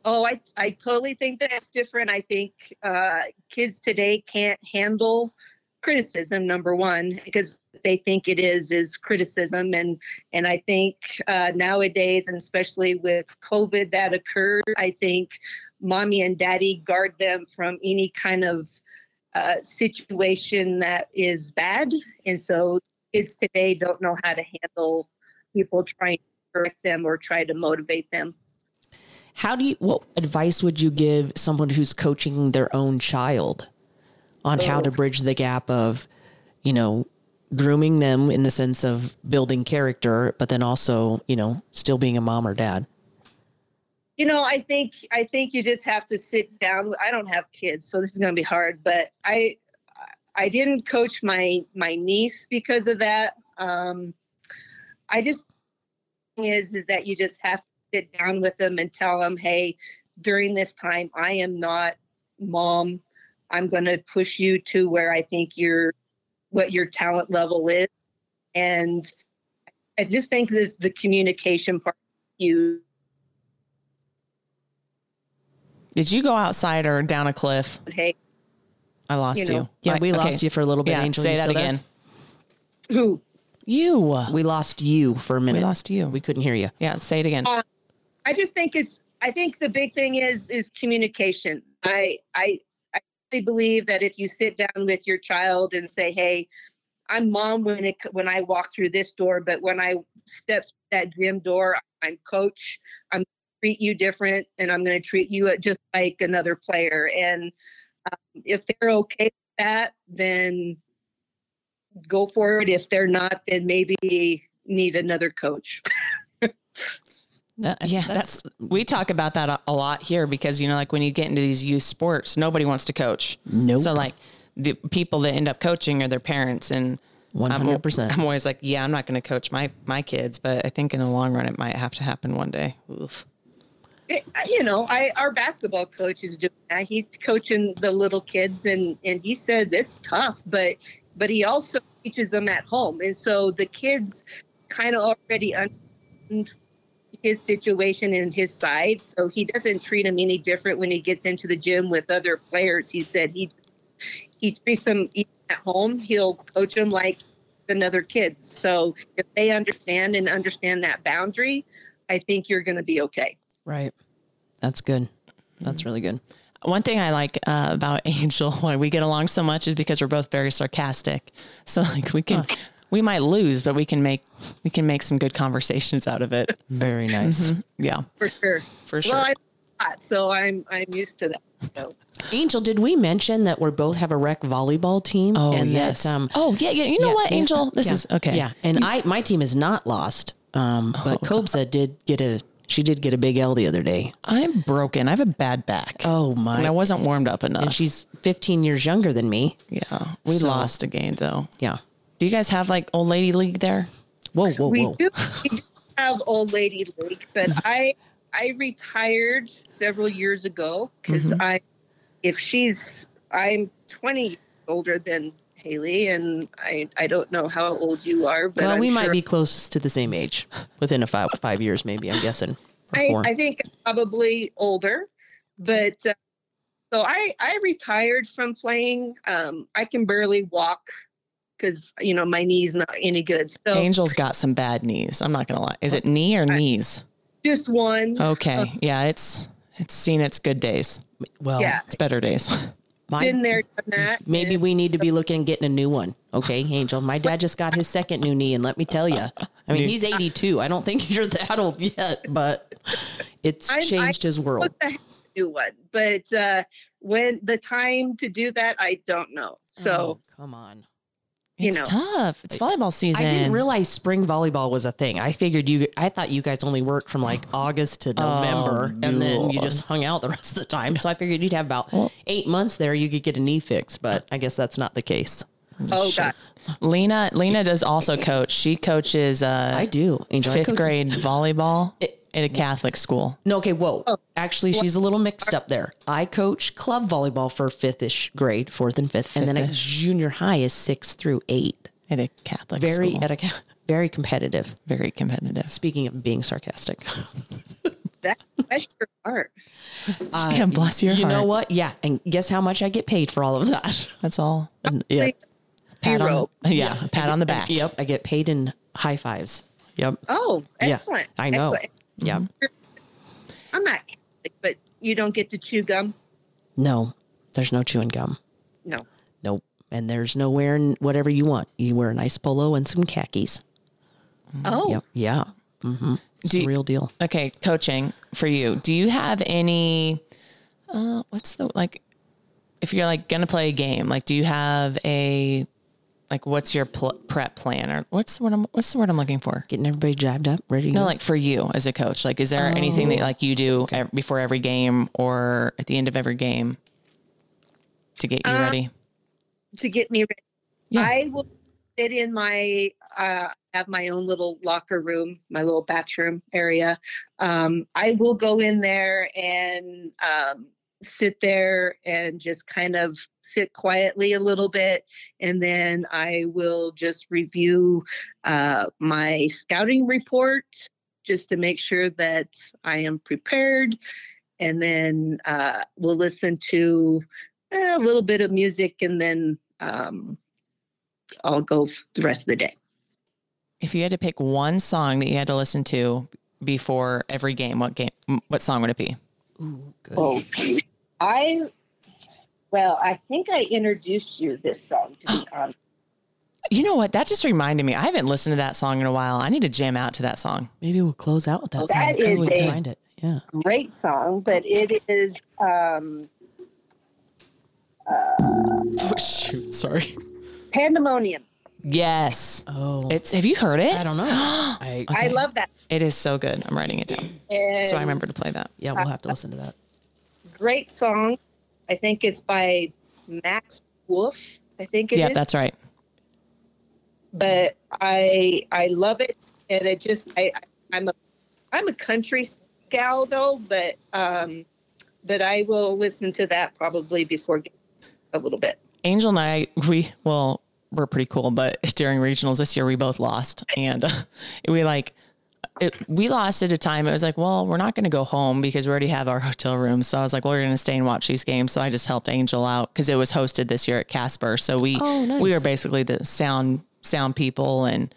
[SPEAKER 3] Oh, I, I totally think that's different. I think uh, kids today can't handle criticism, number one, because they think it is is criticism and and i think uh, nowadays and especially with covid that occurred i think mommy and daddy guard them from any kind of uh, situation that is bad and so kids today don't know how to handle people trying to correct them or try to motivate them
[SPEAKER 2] How do you, what advice would you give someone who's coaching their own child on how to bridge the gap of, you know, grooming them in the sense of building character, but then also, you know, still being a mom or dad?
[SPEAKER 3] you know i think i think you just have to sit down i don't have kids so this is going to be hard but i i didn't coach my my niece because of that um i just thing is is that you just have to sit down with them and tell them hey during this time i am not mom i'm going to push you to where i think your what your talent level is and i just think this the communication part you
[SPEAKER 1] Did you go outside or down a cliff?
[SPEAKER 3] hey
[SPEAKER 1] I lost you.
[SPEAKER 3] You know.
[SPEAKER 2] Yeah,
[SPEAKER 1] Like,
[SPEAKER 2] we
[SPEAKER 1] okay.
[SPEAKER 2] lost you for a little bit,
[SPEAKER 1] Yeah,
[SPEAKER 2] Angel.
[SPEAKER 1] say
[SPEAKER 2] You
[SPEAKER 1] that
[SPEAKER 2] still there?
[SPEAKER 1] again.
[SPEAKER 3] who
[SPEAKER 1] You.
[SPEAKER 2] We lost you for a minute.
[SPEAKER 1] We lost you.
[SPEAKER 2] We Oh, couldn't hear you.
[SPEAKER 1] yeah, say it again.
[SPEAKER 3] I just think it's I think the big thing is is communication. I I I really believe that if you sit down with your child and say, "Hey, I'm mom when it when I walk through this door, but when I step through that gym door, I'm coach. I'm gonna treat you different, and I'm going to treat you uh, just like another player." And um, if they're okay with that, then go for it. If they're not, then maybe need another coach.
[SPEAKER 1] yeah, that's, we talk about that a, a lot here because you know, like when you get into these youth sports, nobody wants to coach.
[SPEAKER 2] Nope.
[SPEAKER 1] So like the people that end up coaching are their parents, and I'm-
[SPEAKER 2] 100%.
[SPEAKER 1] I'm always like, yeah, I'm not going to coach my my kids, but I think in the long run, it might have to happen one day. Oof.
[SPEAKER 3] it- you know, Eh, I our basketball coach is doing that. He's coaching the little kids, and and he says it's tough, but but he also teaches them at home, and so the kids kind of already understand his situation and his side. So he doesn't treat them any different when he gets into the gym with other players. He said he he treats them even at home. He'll coach them like another kid. So if they understand and understand that boundary, I think you're going to be okay.
[SPEAKER 2] Right. That's good. That's really good.
[SPEAKER 1] One thing I like uh, about Angel, why we get along so much, is because we're both very sarcastic. So like we can, we might lose, but we can make we can make some good conversations out of it. Mm-hmm.
[SPEAKER 2] Very nice.
[SPEAKER 1] Yeah,
[SPEAKER 3] for sure.
[SPEAKER 1] for sure.
[SPEAKER 3] Well, I'm hot, so I'm I'm used to that. So.
[SPEAKER 2] Angel, did we mention that we both have a rec volleyball team?
[SPEAKER 1] Oh
[SPEAKER 2] and
[SPEAKER 1] yes.
[SPEAKER 2] That, um,
[SPEAKER 1] oh yeah, yeah. You know
[SPEAKER 2] yeah,
[SPEAKER 1] what,
[SPEAKER 2] yeah,
[SPEAKER 1] Angel? This
[SPEAKER 2] yeah,
[SPEAKER 1] is okay.
[SPEAKER 2] Yeah, and I my team is not lost, um, but Kobza did get a she did get a big L the other day.
[SPEAKER 1] I'm broken. I have a bad back.
[SPEAKER 2] Oh my!
[SPEAKER 1] and I wasn't warmed up enough.
[SPEAKER 2] and she's 15 years younger than me.
[SPEAKER 1] yeah, we
[SPEAKER 2] So-
[SPEAKER 1] lost a game though.
[SPEAKER 2] Yeah.
[SPEAKER 1] Do you guys have like old lady league there?
[SPEAKER 2] Whoa, whoa,
[SPEAKER 3] We
[SPEAKER 2] Oh, whoa! Mm-hmm.
[SPEAKER 3] do, we do have old lady league, but I I retired several years ago because
[SPEAKER 2] Mm-hmm.
[SPEAKER 3] I if she's I'm 20 years older than Haley, and I I don't know how old you are, but
[SPEAKER 2] well,
[SPEAKER 3] I'm
[SPEAKER 2] we might
[SPEAKER 3] sure-
[SPEAKER 2] be close to the same age, within a five five years, maybe. I'm guessing. or
[SPEAKER 3] I,
[SPEAKER 2] four.
[SPEAKER 3] I think probably older, but uh, so I I retired from playing. Um, I can barely walk because you know my knee's not any good. So
[SPEAKER 2] Oh.
[SPEAKER 1] Angel's got some bad knees. I'm not gonna lie. Is it knee or knees?
[SPEAKER 3] just one.
[SPEAKER 2] Oh,
[SPEAKER 1] Okay. Yeah, it's it's seen its good days.
[SPEAKER 2] well,
[SPEAKER 3] yeah,
[SPEAKER 1] It's better days.
[SPEAKER 2] my-
[SPEAKER 3] been there, done that.
[SPEAKER 2] maybe we need to be looking and getting a new one. Okay, Angel. My dad just got his second new knee, and let me tell you, I mean, he's 82. I don't think you're that old yet, but it's
[SPEAKER 3] I'm- I-
[SPEAKER 2] changed his world.
[SPEAKER 3] Supposed to have a new one, but uh, when the time to do that, I don't know. So
[SPEAKER 2] Oh, come on.
[SPEAKER 3] You
[SPEAKER 1] It's
[SPEAKER 3] know.
[SPEAKER 1] tough. It's volleyball season.
[SPEAKER 2] I didn't realize spring volleyball was a thing. I figured you, I thought you guys only worked from like August to November and then you just hung out the rest of the time. So I figured you'd have about eight months there. You could get a knee fix, but I guess that's not the case.
[SPEAKER 3] oh god,
[SPEAKER 1] Lena Lena does also coach. She coaches uh
[SPEAKER 2] I do. Angel, I
[SPEAKER 1] fifth
[SPEAKER 2] coach-
[SPEAKER 1] grade volleyball at a Catholic school.
[SPEAKER 2] No, okay, whoa.
[SPEAKER 3] Oh.
[SPEAKER 2] Actually, she's a little mixed up there. I coach club volleyball for fifth ish grade, fourth and fifth, and then at junior high is sixth through eighth.
[SPEAKER 1] At a Catholic
[SPEAKER 2] Very
[SPEAKER 1] school.
[SPEAKER 2] at a, very competitive.
[SPEAKER 1] very competitive.
[SPEAKER 2] Speaking of being sarcastic,
[SPEAKER 3] that Bless your heart.
[SPEAKER 2] Uh,
[SPEAKER 1] Yeah, bless your
[SPEAKER 2] you know
[SPEAKER 1] heart.
[SPEAKER 2] what? Yeah. And guess how much I get paid for all of that?
[SPEAKER 1] That's all.
[SPEAKER 2] Yeah.
[SPEAKER 1] Pat on,
[SPEAKER 3] Zero.
[SPEAKER 1] yeah, a pat on the back.
[SPEAKER 2] Yep. I get paid in high fives. Yep.
[SPEAKER 3] Oh, excellent.
[SPEAKER 2] Yeah. I know.
[SPEAKER 3] Excellent.
[SPEAKER 2] Yeah.
[SPEAKER 3] I'm not Catholic, but you don't get to chew gum.
[SPEAKER 2] No, there's no chewing gum.
[SPEAKER 3] No.
[SPEAKER 2] Nope. And there's no wearing whatever you want. You wear a nice polo and some khakis. Mm,
[SPEAKER 3] Oh,
[SPEAKER 2] Yep. Yeah. Mm-hmm. It's
[SPEAKER 1] Do
[SPEAKER 2] a
[SPEAKER 1] you-
[SPEAKER 2] real deal.
[SPEAKER 1] Okay, coaching for you. Do you have any? Uh, what's the like? If you're like gonna play a game, like, do you have a like? What's your pl- prep plan, or what's the word? I'm, what's the word I'm looking for?
[SPEAKER 2] Getting everybody jabbed up, ready to
[SPEAKER 1] No,
[SPEAKER 2] go.
[SPEAKER 1] like for you as a coach, like, is there anything that like you do ev- before every game or at the end of every game to get you ready?
[SPEAKER 3] to get me ready.
[SPEAKER 1] Yeah.
[SPEAKER 3] I will sit in my uh have my own little locker room, my little bathroom area. Um, I will go in there and um sit there and just kind of sit quietly a little bit and then I will just review uh my scouting report just to make sure that I am prepared and then uh we'll listen to eh, a little bit of music and then um, I'll go f- the rest of the day.
[SPEAKER 1] If you had to pick one song that you had to listen to before every game, what game? What song would it be?
[SPEAKER 2] Ooh, good.
[SPEAKER 3] Oh, I well, I think I introduced you this song to be honest.
[SPEAKER 1] You know what? That just reminded me. I haven't listened to that song in a while. I need to jam out to that song.
[SPEAKER 2] Maybe we'll close out with that.
[SPEAKER 3] That is
[SPEAKER 2] we
[SPEAKER 3] a-
[SPEAKER 2] find it. Yeah.
[SPEAKER 3] Great song, but it is um,
[SPEAKER 1] Oh, Shoot, sorry.
[SPEAKER 3] Pandemonium.
[SPEAKER 1] Yes.
[SPEAKER 2] Oh,
[SPEAKER 1] It's have you heard
[SPEAKER 2] I
[SPEAKER 1] it?
[SPEAKER 2] don't know. I
[SPEAKER 3] I love that.
[SPEAKER 1] It is so good. I'm writing it down.
[SPEAKER 3] And
[SPEAKER 1] So I remember to play that.
[SPEAKER 2] yeah, we'll have to listen to that.
[SPEAKER 3] Great song. I think it's by Max Wolf. I think it is.
[SPEAKER 1] Yeah, that's right.
[SPEAKER 3] but I I love it, and it just I I'm a I'm a country gal though, but um, but I will listen to that probably before g- a little bit.
[SPEAKER 1] Angel and I, we well, we're pretty cool, but during regionals this year, we both lost, and uh, we like it, we lost at a time. It was like, well, we're not going to go home because we already have our hotel room. So I was like, well, we're going to stay and watch these games. So I just helped Angel out because it was hosted this year at Casper. So we
[SPEAKER 2] Oh, nice.
[SPEAKER 1] we were basically the sound sound people and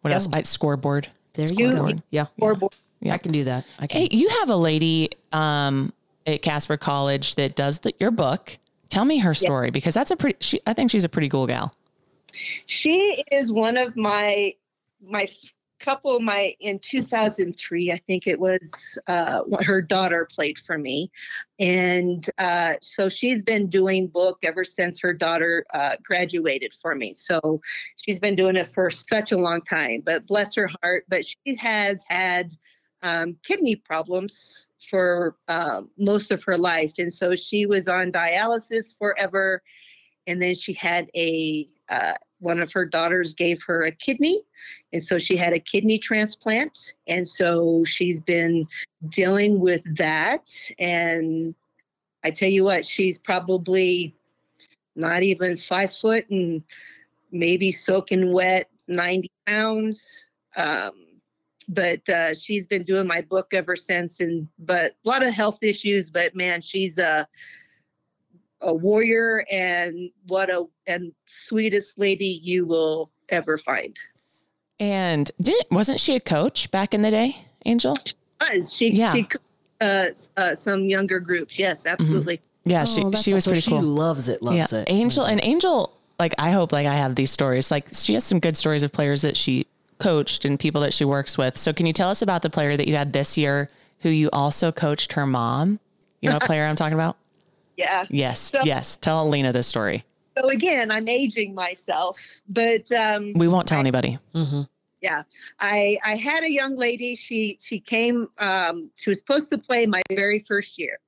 [SPEAKER 1] what else? I, scoreboard.
[SPEAKER 2] There you go.
[SPEAKER 1] Scoreboard.
[SPEAKER 2] Yeah.
[SPEAKER 3] Or bo-
[SPEAKER 2] I can do that. I can.
[SPEAKER 1] Hey, you have a lady um, at Casper College that does the, your book. Tell me her story because that's a pretty. She, I think she's a pretty cool gal.
[SPEAKER 3] she is one of my my f- couple of my in 2003 i think it was uh what her daughter played for me and uh so she's been doing book ever since her daughter uh graduated for me so she's been doing it for such a long time but bless her heart but she has had um, kidney problems for um most of her life and so she was on dialysis forever and then she had a uh, one of her daughters gave her a kidney and so she had a kidney transplant and so she's been dealing with that and i tell you what she's probably not even five foot and maybe soaking wet 90 pounds um, but uh, she's been doing my book ever since and but a lot of health issues but man she's uh, a a warrior and what a and sweetest lady you will ever find.
[SPEAKER 1] And didn't wasn't she a coach back in the day, Angel?
[SPEAKER 3] Was she?
[SPEAKER 1] Yeah. Mm-hmm.
[SPEAKER 3] she co- uh, s- uh, some younger groups. Yes, absolutely.
[SPEAKER 1] Yeah,
[SPEAKER 2] Oh,
[SPEAKER 1] she
[SPEAKER 2] that's
[SPEAKER 1] she was
[SPEAKER 2] awesome.
[SPEAKER 1] pretty
[SPEAKER 2] she
[SPEAKER 1] cool.
[SPEAKER 2] loves it.
[SPEAKER 1] Yeah,
[SPEAKER 2] Loves it.
[SPEAKER 1] Angel and Angel. Like I hope like I have these stories. Like she has some good stories of players that she coached and people that she works with. So can you tell us about the player that you had this year who you also coached her mom? You know, a player I'm talking about.
[SPEAKER 3] Yeah.
[SPEAKER 1] Yes,
[SPEAKER 3] So-
[SPEAKER 1] yes. Tell Alina this story.
[SPEAKER 3] So again, I'm aging myself, but um,
[SPEAKER 1] We won't tell anybody.
[SPEAKER 2] Mm-hmm.
[SPEAKER 3] yeah i i had a young lady she she came um she was supposed to play my very first year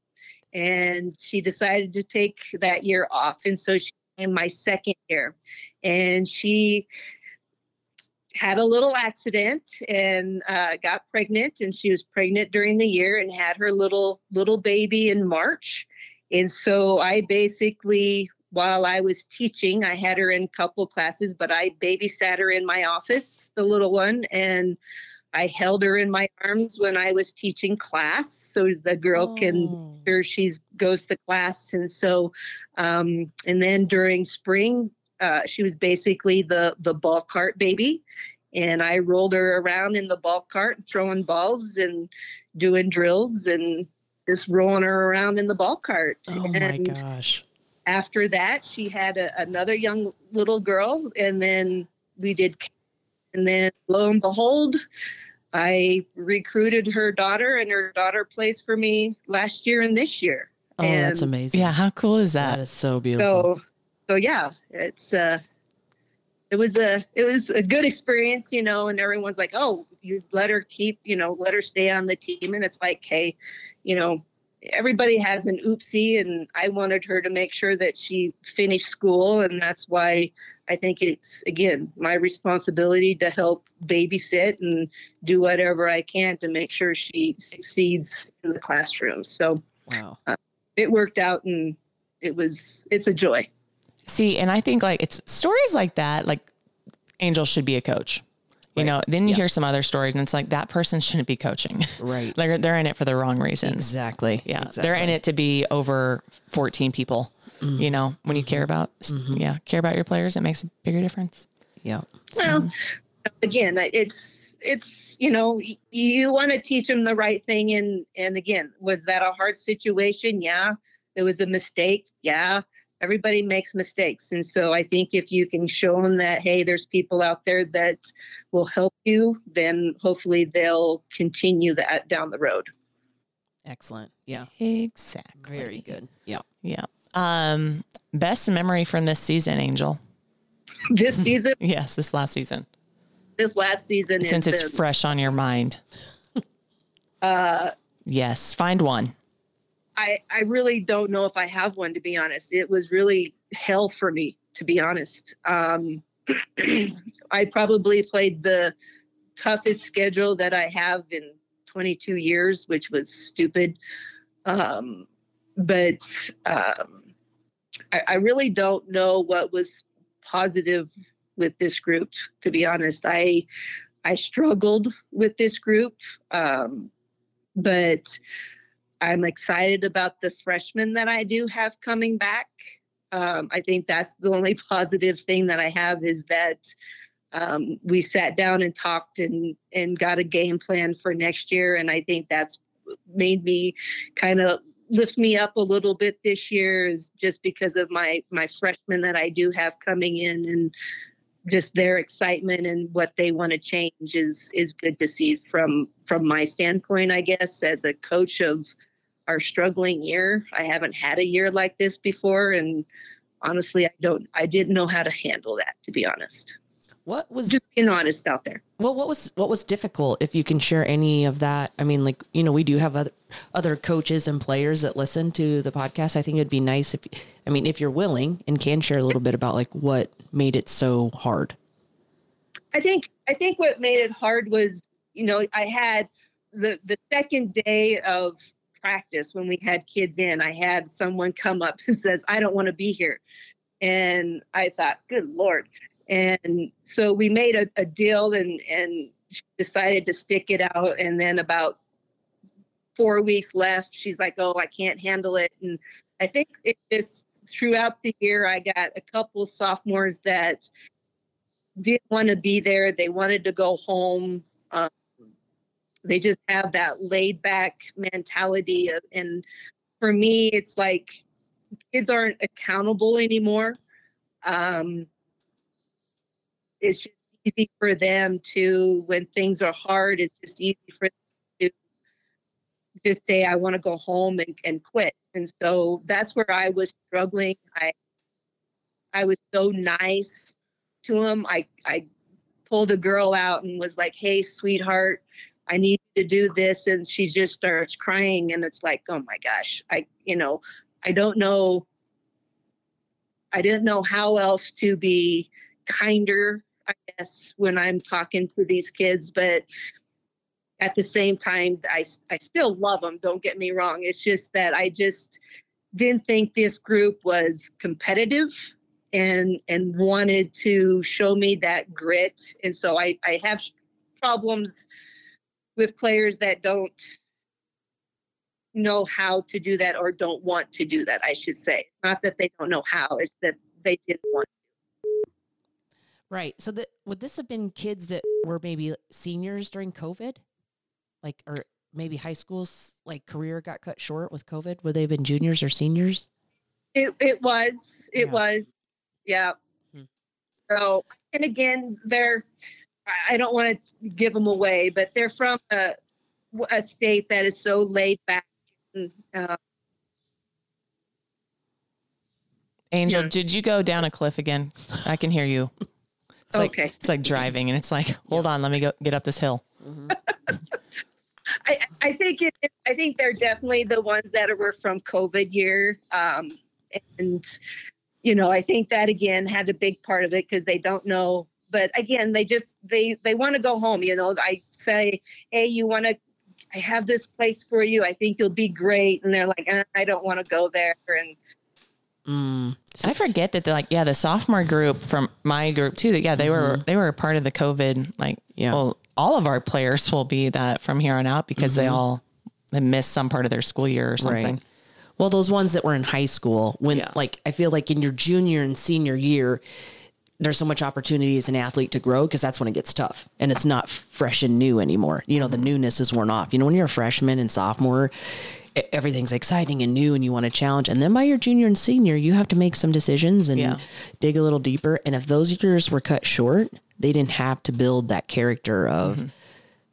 [SPEAKER 3] and she decided to take that year off and so she came my second year and she had a little accident and uh, got pregnant and she was pregnant during the year and had her little little baby in march and so i basically while I was teaching. I had her in couple classes, but I babysat her in my office, the little one, and I held her in my arms when I was teaching class, so the girl can
[SPEAKER 2] Oh.
[SPEAKER 3] sure she goes to class. And so, um, and then during spring, uh, she was basically the the ball cart baby, and I rolled her around in the ball cart, throwing balls and doing drills and just rolling her around in the ball cart.
[SPEAKER 2] Oh my
[SPEAKER 3] and
[SPEAKER 2] gosh.
[SPEAKER 3] after that she had a, another young little girl and then we did and then lo and behold i recruited her daughter and her daughter plays for me last year and this year
[SPEAKER 2] Oh, that's
[SPEAKER 3] and-
[SPEAKER 2] amazing.
[SPEAKER 1] Yeah, how cool is
[SPEAKER 2] That
[SPEAKER 1] that?
[SPEAKER 2] is so beautiful.
[SPEAKER 3] so so yeah it's uh it was a it was a good experience you know and everyone's like oh you let her keep you know let her stay on the team and it's like hey you know everybody has an oopsie and i wanted her to make sure that she finished school and that's why i think it's again my responsibility to help babysit and do whatever i can to make sure she succeeds in the classroom so
[SPEAKER 2] wow.
[SPEAKER 3] it worked out and it was it's a joy
[SPEAKER 1] See, and I think like it's stories like that, like Angel should be a coach. You
[SPEAKER 2] Right.
[SPEAKER 1] know, then you
[SPEAKER 2] Yeah.
[SPEAKER 1] hear some other stories and it's like that person shouldn't be coaching.
[SPEAKER 2] Right.
[SPEAKER 1] They're, they're in it for the wrong reasons.
[SPEAKER 2] Exactly.
[SPEAKER 1] Yeah.
[SPEAKER 2] Exactly.
[SPEAKER 1] They're in it to be over 14 people. You know, when you care about,
[SPEAKER 2] Mm-hmm.
[SPEAKER 1] yeah, care about your players, it makes a bigger difference.
[SPEAKER 2] Yeah.
[SPEAKER 3] Well, again, I- it's it's you know y- you want to teach them the right thing, and and again, was that a hard situation? Yeah, it was a mistake. Yeah, everybody makes mistakes, and so I think if you can show them that hey, there's people out there that will help you, then hopefully they'll continue that down the road.
[SPEAKER 2] Excellent. Yeah.
[SPEAKER 1] Exactly.
[SPEAKER 2] Very good. Yeah.
[SPEAKER 1] Yeah. Um, best memory from this season, Angel.
[SPEAKER 3] This season,
[SPEAKER 1] Yes, this last season.
[SPEAKER 3] this last season, has
[SPEAKER 1] Since it's
[SPEAKER 3] been,
[SPEAKER 1] fresh on your mind.
[SPEAKER 3] uh,
[SPEAKER 1] Yes, find one.
[SPEAKER 3] I, I really don't know if I have one to be honest. It was really hell for me to be honest. Um, I probably played the toughest schedule that I have in 22 years, which was stupid. Um, but um, I, I really don't know what was positive with this group. To be honest, I I struggled with this group, um, but I'm excited about the freshmen that I do have coming back. Um, I think that's the only positive thing that I have is that um, we sat down and talked and and got a game plan for next year, and I think that's made me kind of lift me up a little bit this year is just because of my my freshmen that I do have coming in and just their excitement and what they want to change is is good to see from from my standpoint I guess as a coach of our struggling year. I haven't had a year like this before, and honestly, I don't. I didn't know how to handle that, to be honest.
[SPEAKER 2] What was
[SPEAKER 3] Just being honest out there.
[SPEAKER 2] well? What was what was difficult? If you can share any of that, I mean, like you know, we do have other other coaches and players that listen to the podcast. I think it'd be nice if, I mean, if you're willing and can share a little bit about like what made it so hard.
[SPEAKER 3] I think I think what made it hard was, you know, I had the the second day of practice when we had kids in, I had someone come up and says, "I don't want to be here," and I thought, "Good lord!" And so we made a, a deal and and she decided to stick it out. And then about four weeks left, she's like, "Oh, I can't handle it." And I think it just throughout the year, I got a couple sophomores that didn't want to be there. They wanted to go home. Um, they just have that laid back mentality. Of, and for me, it's like kids aren't accountable anymore. Um, it's just easy for them to, when things are hard, it's just easy for them to just say, I want to go home and, and quit. And so that's where I was struggling. I, I was so nice to him. I, I pulled a girl out and was like, hey, sweetheart, I need to do this. And she just starts crying. And it's like, oh my gosh, I, you know, I don't know. I didn't know how else to be kinder, I guess, when I'm talking to these kids. But at the same time, I, s- I still love them. Don't get me wrong. It's just that I just didn't think this group was competitive and and wanted to show me that grit and so i i have sh- problems with players that don't know how to do that or don't want to do that, I should say. Not that they don't know how, it's that they didn't want.
[SPEAKER 2] Right. So that would this have been kids that were maybe seniors during COVID? Like or maybe high school's like career got cut short with COVID? Would they have been juniors or seniors?
[SPEAKER 3] It it was. It
[SPEAKER 2] Yeah.
[SPEAKER 3] was. Yeah.
[SPEAKER 2] Hmm.
[SPEAKER 3] So and again, they're I- I don't want to give them away, but they're from a, a state that is so laid back. and, Uh,
[SPEAKER 1] Angel,
[SPEAKER 3] Yes.
[SPEAKER 1] did you go down a cliff again? I can hear you. It's like,
[SPEAKER 3] Okay.
[SPEAKER 1] It's like driving, and it's like, hold on, let me go get up this hill.
[SPEAKER 3] I, I think it, I think they're definitely the ones that were from COVID year. Um, and, you know, I think that again had a big part of it because they don't know. But again, they just, they, they want to go home. You know, I say, Hey, you want to, I have this place for you. I think you'll be great. And they're like, eh, I don't want to go there. And
[SPEAKER 2] Mm.
[SPEAKER 1] I forget that, like, yeah, the sophomore group from my group too. That yeah, they were they were a part of the COVID. Like,
[SPEAKER 2] Yeah.
[SPEAKER 1] well, all of our players will be that from here on out because they all they missed some part of their school year or something.
[SPEAKER 2] Well, those ones that were in high school, when
[SPEAKER 1] Yeah.
[SPEAKER 2] like I feel like in your junior and senior year, there's so much opportunity as an athlete to grow because that's when it gets tough and it's not fresh and new anymore. You know, the
[SPEAKER 1] Mm-hmm.
[SPEAKER 2] newness is worn off. You know, when you're a freshman and sophomore, e- everything's exciting and new and you want to challenge. And then by your junior and senior, you have to make some decisions and
[SPEAKER 1] Yeah.
[SPEAKER 2] dig a little deeper. And if those years were cut short, they didn't have to build that character of
[SPEAKER 1] Mm-hmm.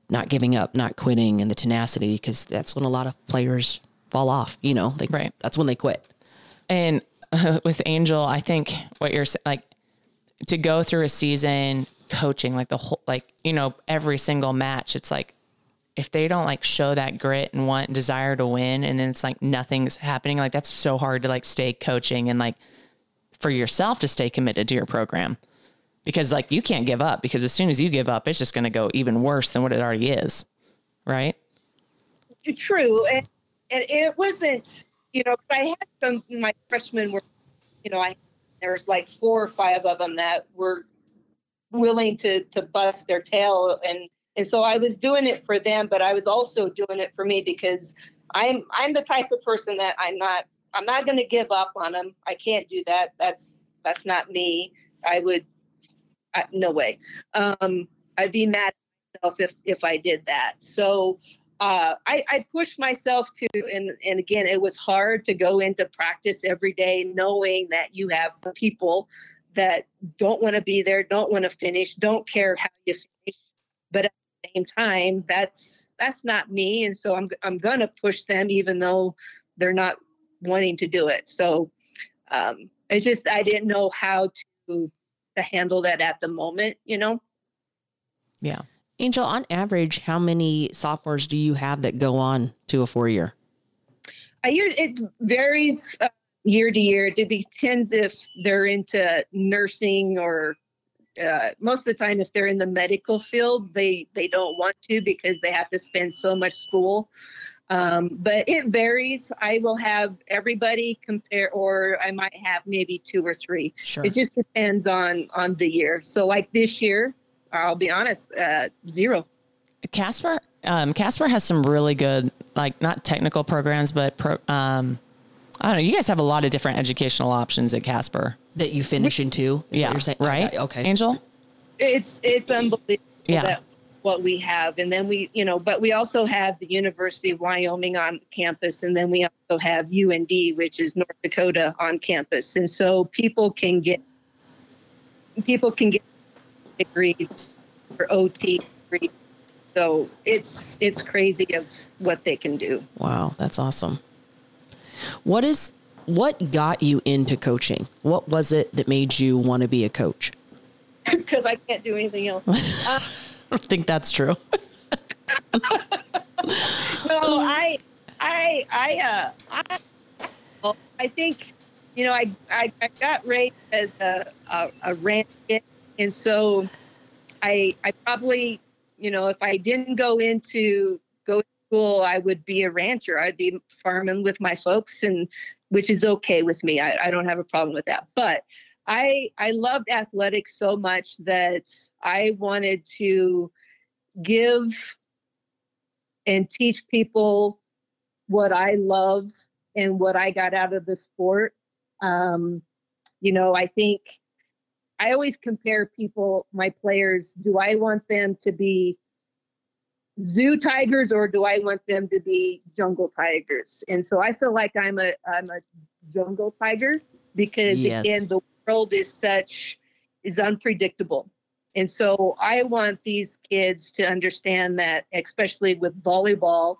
[SPEAKER 2] not giving up, not quitting, and the tenacity because that's when a lot of players fall off. You know, they,
[SPEAKER 1] Right.
[SPEAKER 2] That's when they quit.
[SPEAKER 1] And uh, with Angel, I think what you're s- like to go through a season coaching, like the whole, like, you know, every single match, it's like, if they don't like show that grit and want and desire to win, and then it's like nothing's happening, like that's so hard to like stay coaching and like for yourself to stay committed to your program because like you can't give up because as soon as you give up, it's just going to go even worse than what it already is. Right.
[SPEAKER 3] true. And, and it wasn't, you know, 'cause I had some, my freshmen were, you know, I, there was like four or five of them that were willing to to bust their tail and and so I was doing it for them but I was also doing it for me because I'm I'm the type of person that I'm not I'm not going to give up on them I can't do that that's that's not me I would I, no way um I'd be mad at myself if if I did that so uh, I, I pushed myself to, and, and again, it was hard to go into practice every day knowing that you have some people that don't want to be there, don't want to finish, don't care how you finish. But at the same time, that's that's not me, and so I'm I'm gonna push them even though they're not wanting to do it. So um, it's just I didn't know how to to handle that at the moment, you know.
[SPEAKER 2] Angel, on average, how many sophomores do you have that go on to a four year?
[SPEAKER 3] I hear it varies uh, year to year. It depends if they're into nursing or uh, most of the time, if they're in the medical field, they they don't want to because they have to spend so much school. Um, but it varies. I will have everybody compare, or I might have maybe two or three.
[SPEAKER 2] Sure.
[SPEAKER 3] It just depends on on the year. So, like this year, I'll be honest, uh, zero.
[SPEAKER 1] Casper, um, Casper has some really good, like not technical programs, but pro, um, I don't know. You guys have a lot of different educational options at Casper.
[SPEAKER 2] that you finish in two? is what
[SPEAKER 1] yeah.
[SPEAKER 2] you're saying?
[SPEAKER 1] Right.
[SPEAKER 2] Okay.
[SPEAKER 1] Angel.
[SPEAKER 3] it's it's unbelievable
[SPEAKER 1] Yeah.
[SPEAKER 3] that what we have and then we you know but we also have the university of wyoming on campus and then we also have und which is north dakota on campus and so people can get people can get degrees or ot degrees. so it's it's crazy of what they can do
[SPEAKER 2] Wow, that's awesome. What is what got you into coaching? What was it that made you want to be a coach?
[SPEAKER 3] because i can't do anything else
[SPEAKER 2] I don't think that's true.
[SPEAKER 3] No, I, I, I, uh, I, well, I think, you know, I, I, I got raised as a, a, a rant kid. And so I, I probably, you know, if I didn't go into, go to school, I would be a rancher. I'd be farming with my folks and, which is okay with me. I, I don't have a problem with that. But I, I loved athletics so much that I wanted to give and teach people what I love and what I got out of the sport. Um, you know, I think I always compare people, my players, do I want them to be zoo tigers or do I want them to be jungle tigers? And so I feel like I'm a I'm a jungle tiger because
[SPEAKER 4] Yes.
[SPEAKER 3] again the world is such is unpredictable. And so I want these kids to understand that especially with volleyball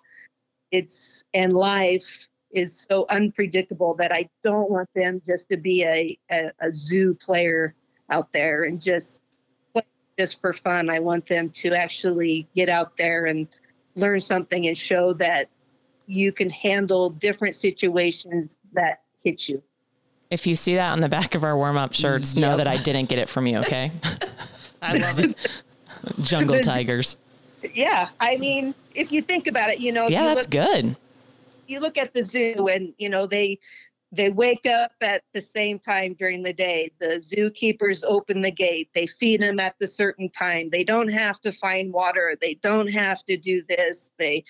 [SPEAKER 3] it's and life is so unpredictable that I don't want them just to be a a, a zoo player out there and just just for fun. I want them to actually get out there and learn something and show that you can handle different situations that hit you.
[SPEAKER 1] If you see that on the back of our warm up shirts, know
[SPEAKER 4] Yep.
[SPEAKER 1] that I didn't get it from you, okay? I love it. Jungle Tigers.
[SPEAKER 3] Yeah, I mean, if you think about it, you know, if
[SPEAKER 1] Yeah,
[SPEAKER 3] you,
[SPEAKER 1] that's
[SPEAKER 3] look,
[SPEAKER 1] good.
[SPEAKER 3] you look at the zoo and you know they they wake up at the same time during the day. The zookeepers open the gate. They feed them at the certain time. They don't have to find water. They don't have to do this. They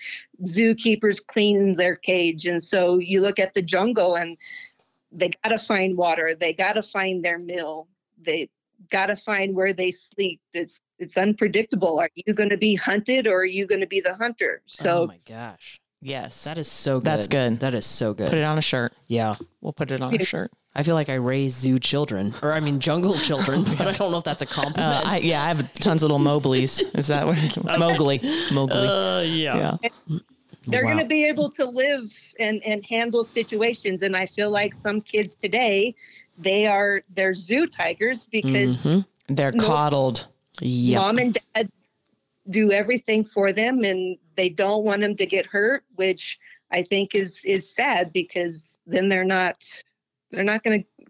[SPEAKER 3] zookeepers clean their cage. And so you look at the jungle and they got to find water. They got to find their meal. They got to find where they sleep. It's it's unpredictable. Are you going to be hunted or are you going to be the hunter? So
[SPEAKER 2] oh my gosh,
[SPEAKER 1] Yes.
[SPEAKER 2] that is so. good.
[SPEAKER 1] That's good.
[SPEAKER 2] That is so good.
[SPEAKER 1] Put it on a shirt.
[SPEAKER 2] yeah,
[SPEAKER 1] We'll put it on a shirt.
[SPEAKER 2] I feel like I raise zoo children, or I mean jungle children, but I don't know if that's a
[SPEAKER 1] Uh,
[SPEAKER 2] compliment.
[SPEAKER 1] I, yeah, I have tons of little Mobleys. Is that what? Mowgli. Mowgli.
[SPEAKER 2] Uh,
[SPEAKER 1] yeah.
[SPEAKER 3] they're
[SPEAKER 2] Wow.
[SPEAKER 3] going to be able to live and and handle situations and i feel like some kids today they are they're zoo tigers because
[SPEAKER 2] Mm-hmm.
[SPEAKER 1] They're
[SPEAKER 3] No.
[SPEAKER 1] coddled.
[SPEAKER 2] Yep.
[SPEAKER 3] mom and dad do everything for them and they don't want them to get hurt which i think is is sad because then they're not they're not going to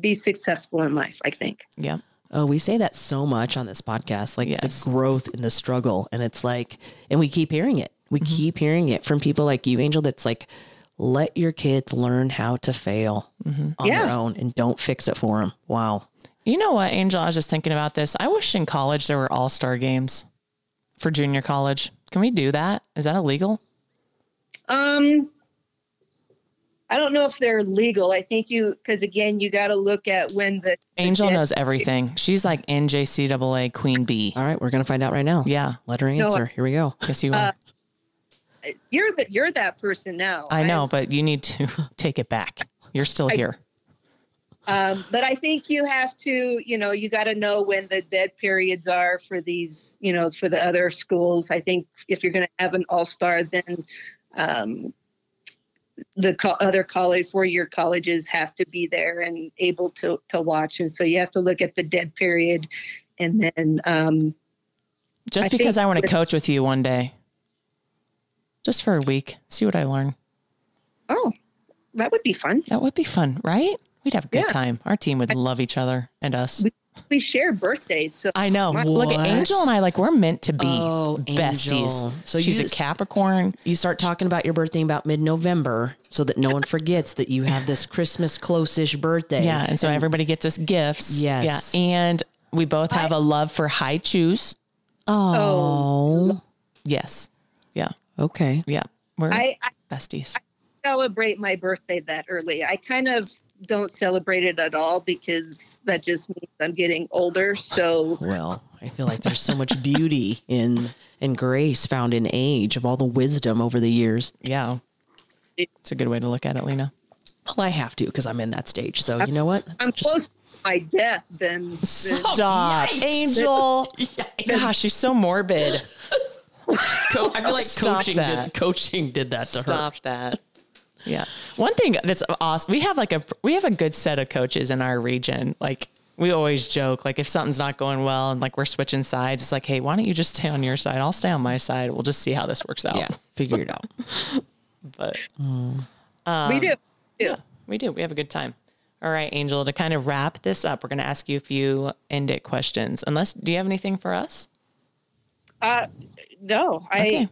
[SPEAKER 3] be successful in life i think
[SPEAKER 1] Yeah.
[SPEAKER 2] Oh, we say that so much on this podcast, like
[SPEAKER 1] Yes.
[SPEAKER 2] the growth and the struggle. And it's like, and we keep hearing it. We keep hearing it from people like you, Angel, that's like, let your kids learn how to fail
[SPEAKER 1] Mm-hmm.
[SPEAKER 2] on their
[SPEAKER 3] Yeah.
[SPEAKER 2] own and don't fix it for them. Wow.
[SPEAKER 1] You know what, Angel? I was just thinking about this. I wish in college there were all star games for junior college. Can we do that? Is that illegal?
[SPEAKER 3] Um, I don't know if they're legal. I think you, because again, you got to look at when the
[SPEAKER 1] Angel
[SPEAKER 3] Yeah.
[SPEAKER 1] knows everything. She's like NJCAA Queen Bee.
[SPEAKER 3] Oh.
[SPEAKER 2] All right. We're going to find out right now.
[SPEAKER 1] Yeah.
[SPEAKER 2] Let her answer. Here we go.
[SPEAKER 1] Yes, you are.
[SPEAKER 3] Uh, you're the you're that person now.
[SPEAKER 1] I know, but you need to take it back. You're still here.
[SPEAKER 3] Um, but I think you have to, you know, you got to know when the dead periods are for these, you know, for the other schools. I think if you're going to have an all star, then um, the co- other college, four year colleges have to be there and able to, to watch. And so you have to look at the dead period and then um,
[SPEAKER 1] Just
[SPEAKER 3] I
[SPEAKER 1] because
[SPEAKER 3] think
[SPEAKER 1] I want to
[SPEAKER 3] with-
[SPEAKER 1] coach with you one day, just for a week, see what I learn.
[SPEAKER 3] Oh, that would be fun.
[SPEAKER 1] That would be fun, right? We'd have a good
[SPEAKER 3] Yeah.
[SPEAKER 1] time. Our team would love each other and us.
[SPEAKER 3] We share birthdays, so
[SPEAKER 1] I know.
[SPEAKER 3] My-
[SPEAKER 1] Look,
[SPEAKER 2] What?
[SPEAKER 1] Angel and I, like, we're meant to be
[SPEAKER 2] Oh,
[SPEAKER 1] besties.
[SPEAKER 2] Angel. So
[SPEAKER 1] So she's
[SPEAKER 2] you
[SPEAKER 1] a
[SPEAKER 2] just-
[SPEAKER 1] Capricorn.
[SPEAKER 2] You start talking about your birthday about mid November so that no one forgets that you have this Christmas close ish birthday.
[SPEAKER 1] Yeah. And so everybody gets us gifts.
[SPEAKER 2] Yes.
[SPEAKER 1] Yeah. And we both have a love for high chews.
[SPEAKER 2] Oh,
[SPEAKER 1] Yes. Yeah.
[SPEAKER 2] okay.
[SPEAKER 1] Yeah. We're
[SPEAKER 3] I, I
[SPEAKER 1] besties.
[SPEAKER 3] celebrate my birthday that early. I kind of don't celebrate it at all because that just means I'm getting older. So
[SPEAKER 2] Well, I feel like there's so much beauty in and grace found in age of all the wisdom over the years.
[SPEAKER 1] yeah. It's a good way to look at it, Lena.
[SPEAKER 2] Well, I have to because I'm in that stage. So you know what? It's
[SPEAKER 3] I'm close to my death. Then then-
[SPEAKER 1] Stop, Angel. Gosh, she's so morbid.
[SPEAKER 2] co- I feel like
[SPEAKER 1] Stop
[SPEAKER 2] coaching
[SPEAKER 1] that.
[SPEAKER 2] did, coaching did that to her.
[SPEAKER 1] Stop that. Yeah. One thing that's awesome. We have like a we have a good set of coaches in our region. Like we always joke, like if something's not going well and like we're switching sides, it's like, hey, why don't you just stay on your side? I'll stay on my side. We'll just see how this works out.
[SPEAKER 2] Yeah, figure it out.
[SPEAKER 1] But
[SPEAKER 3] we do.
[SPEAKER 1] um, yeah, we do. We have a good time. All right, Angel. To kind of wrap this up, we're going to ask you a few end it questions. Unless, do you have anything for us?
[SPEAKER 3] Uh, no, I.
[SPEAKER 1] Okay.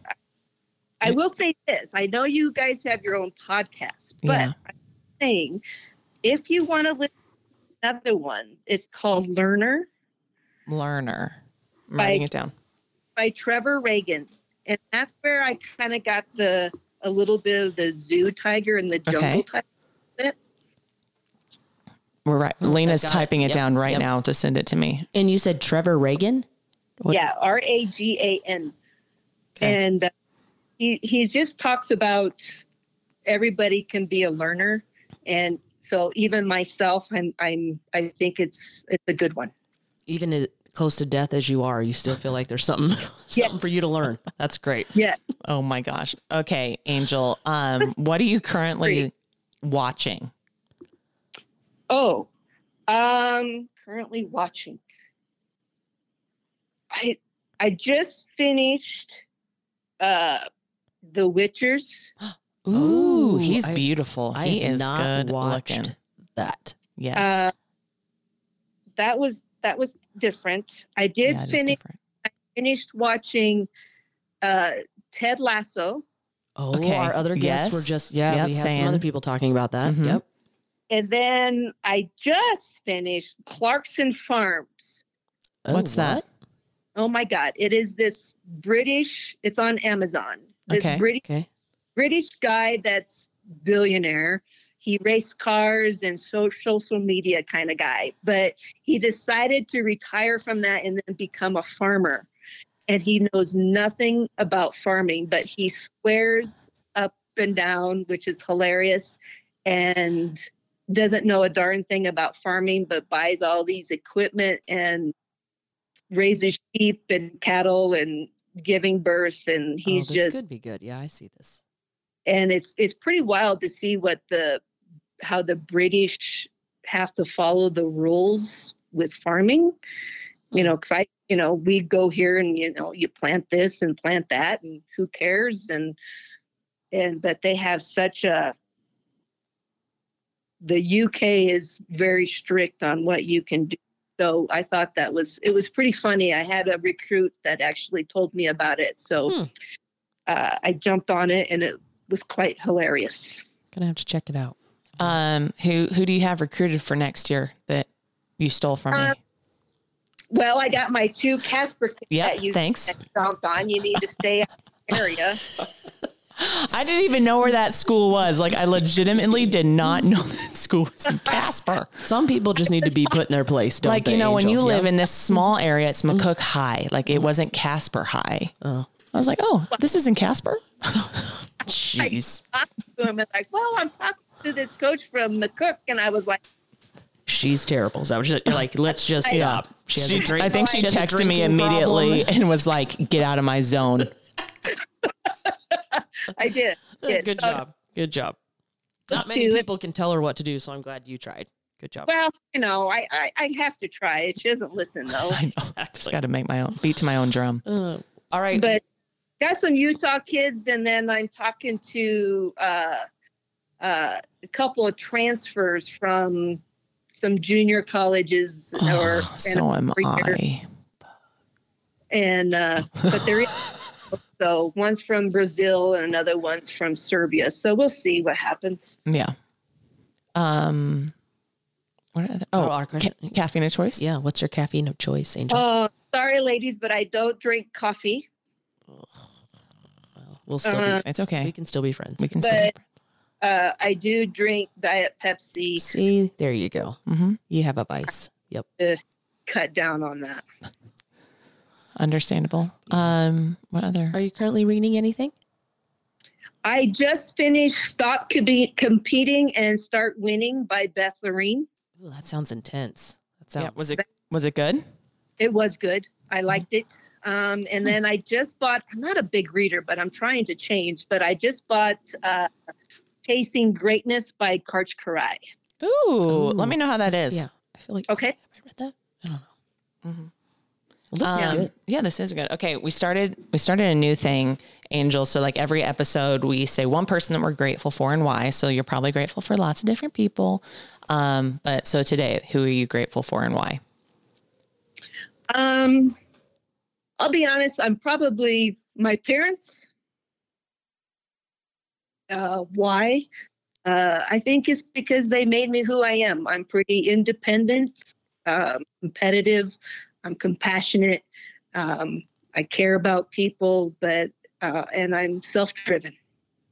[SPEAKER 3] I will say this. I know you guys have your own podcast, but
[SPEAKER 1] Yeah.
[SPEAKER 3] I'm saying if you want to listen to another one, it's called Learner.
[SPEAKER 1] Learner. I'm
[SPEAKER 3] Like-
[SPEAKER 1] writing it down.
[SPEAKER 3] by Trevor Reagan. and that's where I kind of got the a little bit of the zoo tiger and the jungle
[SPEAKER 1] Okay.
[SPEAKER 3] tiger.
[SPEAKER 1] We're right. Lena's
[SPEAKER 5] got it.
[SPEAKER 1] typing it,
[SPEAKER 5] Yep,
[SPEAKER 1] down right
[SPEAKER 5] yep.
[SPEAKER 1] now to send it to me.
[SPEAKER 5] And you said Trevor Reagan?
[SPEAKER 3] Yeah, R A G A N.
[SPEAKER 5] Okay.
[SPEAKER 3] And uh, he he just talks about everybody can be a learner, and so even myself, I'm I'm I think it's it's a good one.
[SPEAKER 5] Even as close to death as you are, you still feel like there's something something for you to learn. That's great.
[SPEAKER 3] Yeah.
[SPEAKER 1] Oh my gosh. Okay, Angel. Um, what are you currently watching?
[SPEAKER 3] Oh, um, currently watching. I I just finished uh The Witchers.
[SPEAKER 1] Ooh, he's
[SPEAKER 5] I-
[SPEAKER 1] beautiful.
[SPEAKER 5] I
[SPEAKER 1] he
[SPEAKER 5] have
[SPEAKER 1] is
[SPEAKER 5] not
[SPEAKER 1] good
[SPEAKER 5] watched
[SPEAKER 1] looking.
[SPEAKER 5] that.
[SPEAKER 1] Yes.
[SPEAKER 3] Uh, that was that was different. I did
[SPEAKER 1] Yeah, it is
[SPEAKER 3] finish
[SPEAKER 1] different.
[SPEAKER 3] finished watching uh Ted Lasso,
[SPEAKER 5] Oh,
[SPEAKER 1] Okay.
[SPEAKER 5] our other guests
[SPEAKER 1] Yes.
[SPEAKER 5] were just yeah.
[SPEAKER 1] Yep,
[SPEAKER 5] we had
[SPEAKER 1] saying.
[SPEAKER 5] some other people talking about that.
[SPEAKER 1] Mhm.
[SPEAKER 5] Yep.
[SPEAKER 3] and then I just finished Clarkson Farms.
[SPEAKER 1] What's that?
[SPEAKER 3] Oh my God! It is this British. It's on Amazon. This
[SPEAKER 1] Okay.
[SPEAKER 3] British
[SPEAKER 5] Okay.
[SPEAKER 3] British guy that's billionaire. He raced cars and so social media kind of guy, but he decided to retire from that and then become a farmer. And he knows nothing about farming, but he swears up and down, which is hilarious, and doesn't know a darn thing about farming, but buys all these equipment and raises sheep and cattle and giving birth. And
[SPEAKER 5] Oh,
[SPEAKER 3] he's
[SPEAKER 5] this
[SPEAKER 3] just
[SPEAKER 5] could be good. Yeah, I see this.
[SPEAKER 3] and it's it's pretty wild to see what the how the British have to follow the rules with farming. You know, because I you know we go here and you know you plant this and plant that and who cares and and but they have such a the UK is very strict on what you can do. So I thought that was it was pretty funny. I had a recruit that actually told me about it. So
[SPEAKER 5] Hmm.
[SPEAKER 3] uh, I jumped on it and it was quite hilarious.
[SPEAKER 5] Gonna have to check it out.
[SPEAKER 1] um, who who do you have recruited for next year that you stole from me?
[SPEAKER 5] Um,
[SPEAKER 3] Uh, Well, I got my two Casper kids
[SPEAKER 1] Yep.
[SPEAKER 3] that you
[SPEAKER 1] Thanks.
[SPEAKER 3] that jumped on. You need to stay out of the area.
[SPEAKER 1] I didn't even know where that school was. Like I legitimately did not know that school was in Casper.
[SPEAKER 5] Some people just need to be put in their place, don't
[SPEAKER 1] Like
[SPEAKER 5] they?
[SPEAKER 1] you know, when
[SPEAKER 5] Angel?
[SPEAKER 1] you
[SPEAKER 5] Yeah.
[SPEAKER 1] live in this small area, it's
[SPEAKER 5] Mm.
[SPEAKER 1] McCook High. Like it wasn't Casper High.
[SPEAKER 5] Oh.
[SPEAKER 1] I was like, oh, this isn't Casper. Jeez,
[SPEAKER 3] Talking to him and like, well, I'm talking to this coach from McCook, and I was like,
[SPEAKER 5] she's terrible. So I was just like, let's just
[SPEAKER 1] Yeah.
[SPEAKER 5] stop. She has a drink.
[SPEAKER 1] I think she
[SPEAKER 5] has a
[SPEAKER 1] texted me
[SPEAKER 5] drinking
[SPEAKER 1] immediately
[SPEAKER 5] problem.
[SPEAKER 1] and was like, "Get out of my zone."
[SPEAKER 3] I did. did.
[SPEAKER 5] Good
[SPEAKER 3] So,
[SPEAKER 5] job. Good job.
[SPEAKER 3] Those
[SPEAKER 5] Not many
[SPEAKER 3] two-
[SPEAKER 5] people can tell her what to do, so I'm glad you tried. Good job.
[SPEAKER 3] Well, you know, I, I I have to try. it. She doesn't listen though.
[SPEAKER 1] I know. Just got to make my own beat to my own drum.
[SPEAKER 5] Uh, all right.
[SPEAKER 3] But got some Utah kids, and then I'm talking to uh, uh, a couple of transfers from some junior colleges or
[SPEAKER 1] Oh, so am I.
[SPEAKER 3] and uh, but there is so one's from Brazil and another one's from Serbia. So we'll see what happens.
[SPEAKER 1] Yeah. Um. What? Are the, oh,
[SPEAKER 5] Oh, our question-
[SPEAKER 1] ca- caffeine of choice.
[SPEAKER 5] yeah, what's your caffeine of choice, Angel?
[SPEAKER 3] Uh, sorry, ladies, but I don't drink coffee.
[SPEAKER 5] we'll still
[SPEAKER 3] uh,
[SPEAKER 1] It's
[SPEAKER 5] be, we
[SPEAKER 1] okay.
[SPEAKER 5] can still be friends.
[SPEAKER 1] We can
[SPEAKER 3] But
[SPEAKER 1] say.
[SPEAKER 3] uh, I do drink Diet Pepsi.
[SPEAKER 5] See, there you go.
[SPEAKER 1] hmm
[SPEAKER 5] You have a vice. Yep.
[SPEAKER 3] Cut down on that.
[SPEAKER 1] Understandable. Um. What other?
[SPEAKER 5] Are you currently reading anything?
[SPEAKER 3] I just finished "Stop Compe- Competing and Start Winning" by Beth Lurine.
[SPEAKER 5] Ooh, that sounds intense. That sounds.
[SPEAKER 1] Yeah. Was it? Was it good?
[SPEAKER 3] It was good. I liked it. Um, and then I just bought, I'm not a big reader, but I'm trying to change, but I just bought uh, Chasing Greatness by Karch Karai.
[SPEAKER 1] Ooh, Let me know how that is.
[SPEAKER 5] Yeah. I feel like
[SPEAKER 3] Okay.
[SPEAKER 5] I read that. I don't know.
[SPEAKER 1] Mhm.
[SPEAKER 5] Well, this
[SPEAKER 1] Um,
[SPEAKER 5] is good.
[SPEAKER 1] Yeah, this is good. Okay, we started we started a new thing, Angel. So like every episode, we say one person that we're grateful for and why. So you're probably grateful for lots of different people. Um, but so today, who are you grateful for and why?
[SPEAKER 3] Um, I'll be honest, I'm probably my parents. Uh, why? Uh, I think it's because they made me who I am. I'm pretty independent, um, competitive, I'm compassionate, um, I care about people, but uh, and I'm self driven.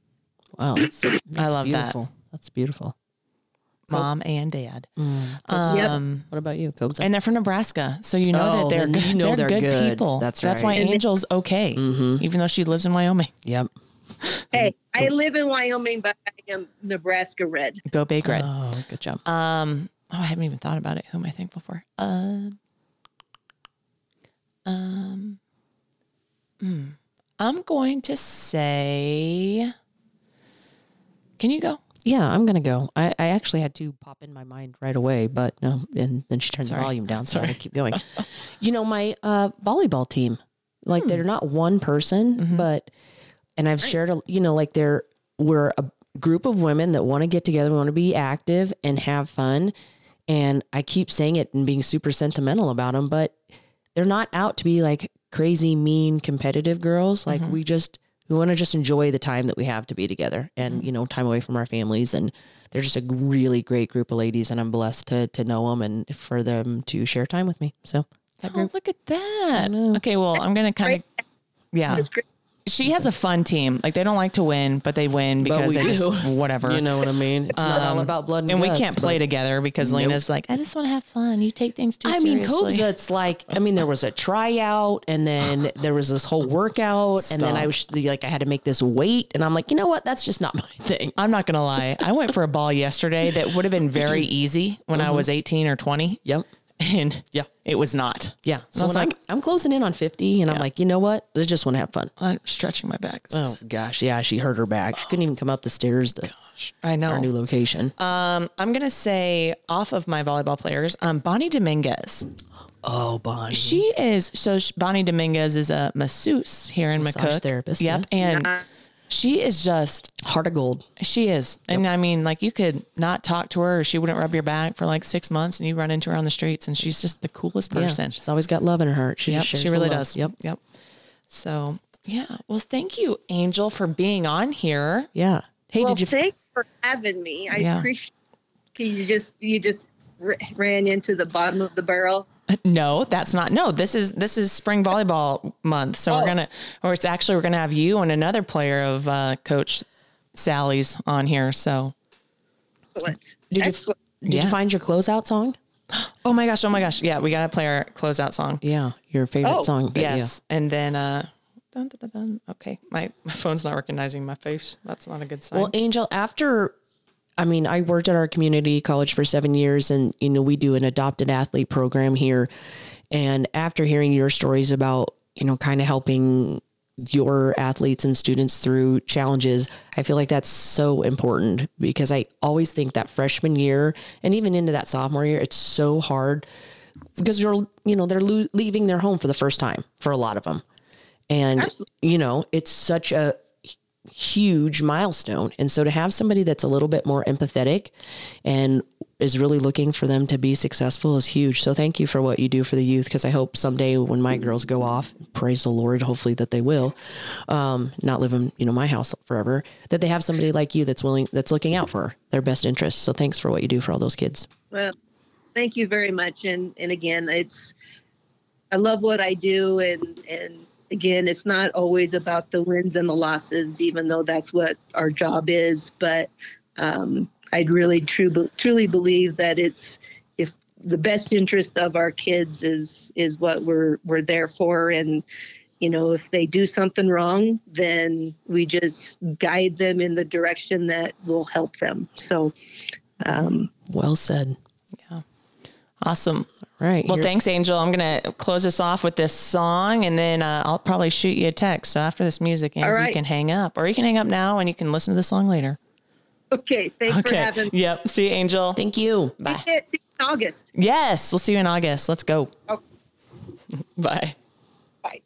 [SPEAKER 2] Wow, that's, that's
[SPEAKER 1] I love that.
[SPEAKER 2] beautiful. That's beautiful.
[SPEAKER 1] Mom and dad.
[SPEAKER 3] Yep.
[SPEAKER 1] Um,
[SPEAKER 2] What about you, Cobes?
[SPEAKER 1] And they're from Nebraska, so you know that
[SPEAKER 2] Oh,
[SPEAKER 1] they're
[SPEAKER 2] then you
[SPEAKER 1] good,
[SPEAKER 2] know
[SPEAKER 1] they're, good,
[SPEAKER 2] they're good.
[SPEAKER 1] people.
[SPEAKER 2] That's
[SPEAKER 1] why
[SPEAKER 2] right. Mm-hmm.
[SPEAKER 1] Angel's okay, even though she lives in Wyoming.
[SPEAKER 2] Yep.
[SPEAKER 3] Hey, I live in Wyoming, but I am Nebraska red.
[SPEAKER 1] Go Big Red.
[SPEAKER 2] Oh, good job.
[SPEAKER 1] Um, oh, I haven't even thought about it. Who am I thankful for? Uh, um, hmm. I'm going to say. Can you go?
[SPEAKER 2] yeah, I'm gonna go. I, I actually had two pop in my mind right away, but no. And then she turned
[SPEAKER 1] Sorry.
[SPEAKER 2] the volume down, so I had to keep going. you know, my uh, volleyball team. Like they're
[SPEAKER 1] Hmm.
[SPEAKER 2] not one person,
[SPEAKER 1] Mm-hmm.
[SPEAKER 2] but and I've shared. A, you know, like they're we're a group of women that want to get together, want to be active and have fun. And I keep saying it and being super sentimental about them, but they're not out to be like crazy, mean, competitive girls. Like we just we want to just enjoy the time that we have to be together and you know time away from our families. And they're just a g- really great group of ladies, and I'm blessed to to know them and for them to share time with me. So
[SPEAKER 1] Oh, look at that. Okay, well, I'm gonna kind of. Yeah,
[SPEAKER 3] It's great.
[SPEAKER 1] she has a fun team. Like they don't like to win, but they win because
[SPEAKER 2] we
[SPEAKER 1] they
[SPEAKER 2] do.
[SPEAKER 1] just whatever.
[SPEAKER 2] you know what I mean. It's not all
[SPEAKER 1] Um,
[SPEAKER 2] about blood and,
[SPEAKER 1] and
[SPEAKER 2] guts,
[SPEAKER 1] we can't play
[SPEAKER 2] but-
[SPEAKER 1] together because Lena's like, I just want to have fun. You take things too
[SPEAKER 2] I mean,
[SPEAKER 1] seriously.
[SPEAKER 2] Cobes, it's like, I mean, there was a tryout and then there was this whole workout. And then I was like, I had to make this weight. And I'm like, you know what? That's just not my thing.
[SPEAKER 1] I'm not gonna lie. I went for a ball yesterday that would have been very easy when
[SPEAKER 2] Mm-hmm.
[SPEAKER 1] I was 18 or 20,
[SPEAKER 2] Yep.
[SPEAKER 1] and yeah, it was not.
[SPEAKER 2] Yeah. So
[SPEAKER 1] was
[SPEAKER 2] when I'm,
[SPEAKER 1] like-
[SPEAKER 2] I'm closing in on 50 and I'm like, you know what? I just want to have fun.
[SPEAKER 1] I'm stretching my back.
[SPEAKER 2] Oh gosh. Yeah. She hurt her back. She couldn't even come up the stairs to
[SPEAKER 1] I
[SPEAKER 2] our new
[SPEAKER 1] know.
[SPEAKER 2] location.
[SPEAKER 1] I'm gonna say off of my volleyball players, um, Bonnie Dominguez.
[SPEAKER 2] oh, Bonnie.
[SPEAKER 1] She is so sh- Bonnie Dominguez is a masseuse here in
[SPEAKER 2] Massage
[SPEAKER 1] McCook.
[SPEAKER 2] therapist,
[SPEAKER 1] Yep, and she is just
[SPEAKER 2] Heart of gold.
[SPEAKER 1] she is, and I mean, like you could not talk to her, or she wouldn't rub your back for like six months, and you run into her on the streets, and she's just the coolest
[SPEAKER 2] Yeah.
[SPEAKER 1] person.
[SPEAKER 2] She's always got love in her heart. She
[SPEAKER 1] Yep,
[SPEAKER 2] just shares
[SPEAKER 1] she
[SPEAKER 2] the
[SPEAKER 1] really
[SPEAKER 2] love.
[SPEAKER 1] does.
[SPEAKER 2] Yep.
[SPEAKER 1] yep. So yeah, well, thank you, Angel, for being on here.
[SPEAKER 2] Yeah. Hey,
[SPEAKER 3] Well,
[SPEAKER 2] did you?
[SPEAKER 3] thanks for having me. I
[SPEAKER 1] Yeah.
[SPEAKER 3] appreciate because you just you just r- ran into the bottom of the barrel.
[SPEAKER 1] No, that's not. No, this is this is spring volleyball month, so
[SPEAKER 2] Oh.
[SPEAKER 1] we're gonna, or it's actually we're gonna have you and another player of uh, Coach Sally's on here. So
[SPEAKER 3] Excellent.
[SPEAKER 2] Did you-
[SPEAKER 3] Excellent.
[SPEAKER 2] Did
[SPEAKER 1] Yeah.
[SPEAKER 2] you find your closeout song?
[SPEAKER 1] oh my gosh, oh my gosh, yeah, we gotta play our closeout song.
[SPEAKER 2] Yeah, your favorite
[SPEAKER 3] Oh,
[SPEAKER 2] song. that you-
[SPEAKER 1] Yes, and then uh, dun, dun, dun, dun. okay, my my phone's not recognizing my face. That's not a good sign.
[SPEAKER 2] Well, Angel, after, I mean, I worked at our community college for seven years, and you know, we do an adopted athlete program here. And after hearing your stories about, you know, kind of helping your athletes and students through challenges, I feel like that's so important because I always think that freshman year and even into that sophomore year, it's so hard because you're, you know, they're lo- leaving their home for the first time for a lot of them. And, you know, it's such a, huge milestone. And so to have somebody that's a little bit more empathetic and is really looking for them to be successful is huge. So thank you for what you do for the youth because I hope someday when my girls go off, praise the Lord, hopefully that they will, um, not live in you know my house forever, that they have somebody like you that's willing that's looking out for their best interests. So thanks for what you do for all those kids.
[SPEAKER 3] Well, thank you very much. And and again, it's I love what I do, and and again, it's not always about the wins and the losses, even though that's what our job is. But um, I'd really true, truly believe that it's if the best interest of our kids is is what we're we're there for, and you know if they do something wrong then we just guide them in the direction that will help them so um,
[SPEAKER 2] Well said.
[SPEAKER 1] awesome.
[SPEAKER 2] All Right.
[SPEAKER 1] Well,
[SPEAKER 2] you're-
[SPEAKER 1] thanks, Angel. I'm going to close us off with this song and then uh, I'll probably shoot you a text. So after this music ends, you
[SPEAKER 3] right.
[SPEAKER 1] can hang up or you can hang up now and you can listen to the song later.
[SPEAKER 3] Okay, thanks for having me.
[SPEAKER 1] Yep. See you, Angel.
[SPEAKER 2] thank you.
[SPEAKER 1] Bye.
[SPEAKER 3] Yeah, see you in August.
[SPEAKER 1] Yes. We'll see you in August. Let's go.
[SPEAKER 3] Okay.
[SPEAKER 1] Bye.
[SPEAKER 3] Bye.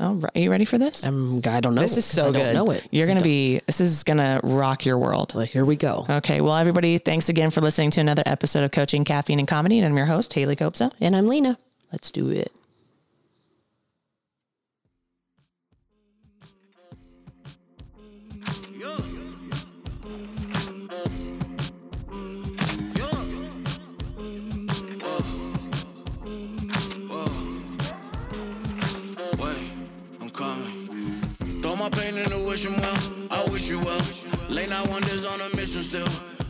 [SPEAKER 1] All right. Are you ready for this?
[SPEAKER 2] Um, I don't know.
[SPEAKER 1] this is
[SPEAKER 2] 'cause
[SPEAKER 1] so
[SPEAKER 2] I don't
[SPEAKER 1] good.
[SPEAKER 2] know it.
[SPEAKER 1] You're going to be, this is going to rock your world.
[SPEAKER 2] Well, here we go.
[SPEAKER 1] Okay. Well, everybody, thanks again for listening to another episode of Coaching Caffeine and Comedy. And I'm your host, Haley Copsa.
[SPEAKER 2] And I'm Lena.
[SPEAKER 1] Let's do it.
[SPEAKER 6] Wait, I'm my pain and to wish him well. I wish you well. Late night wonders on a mission still.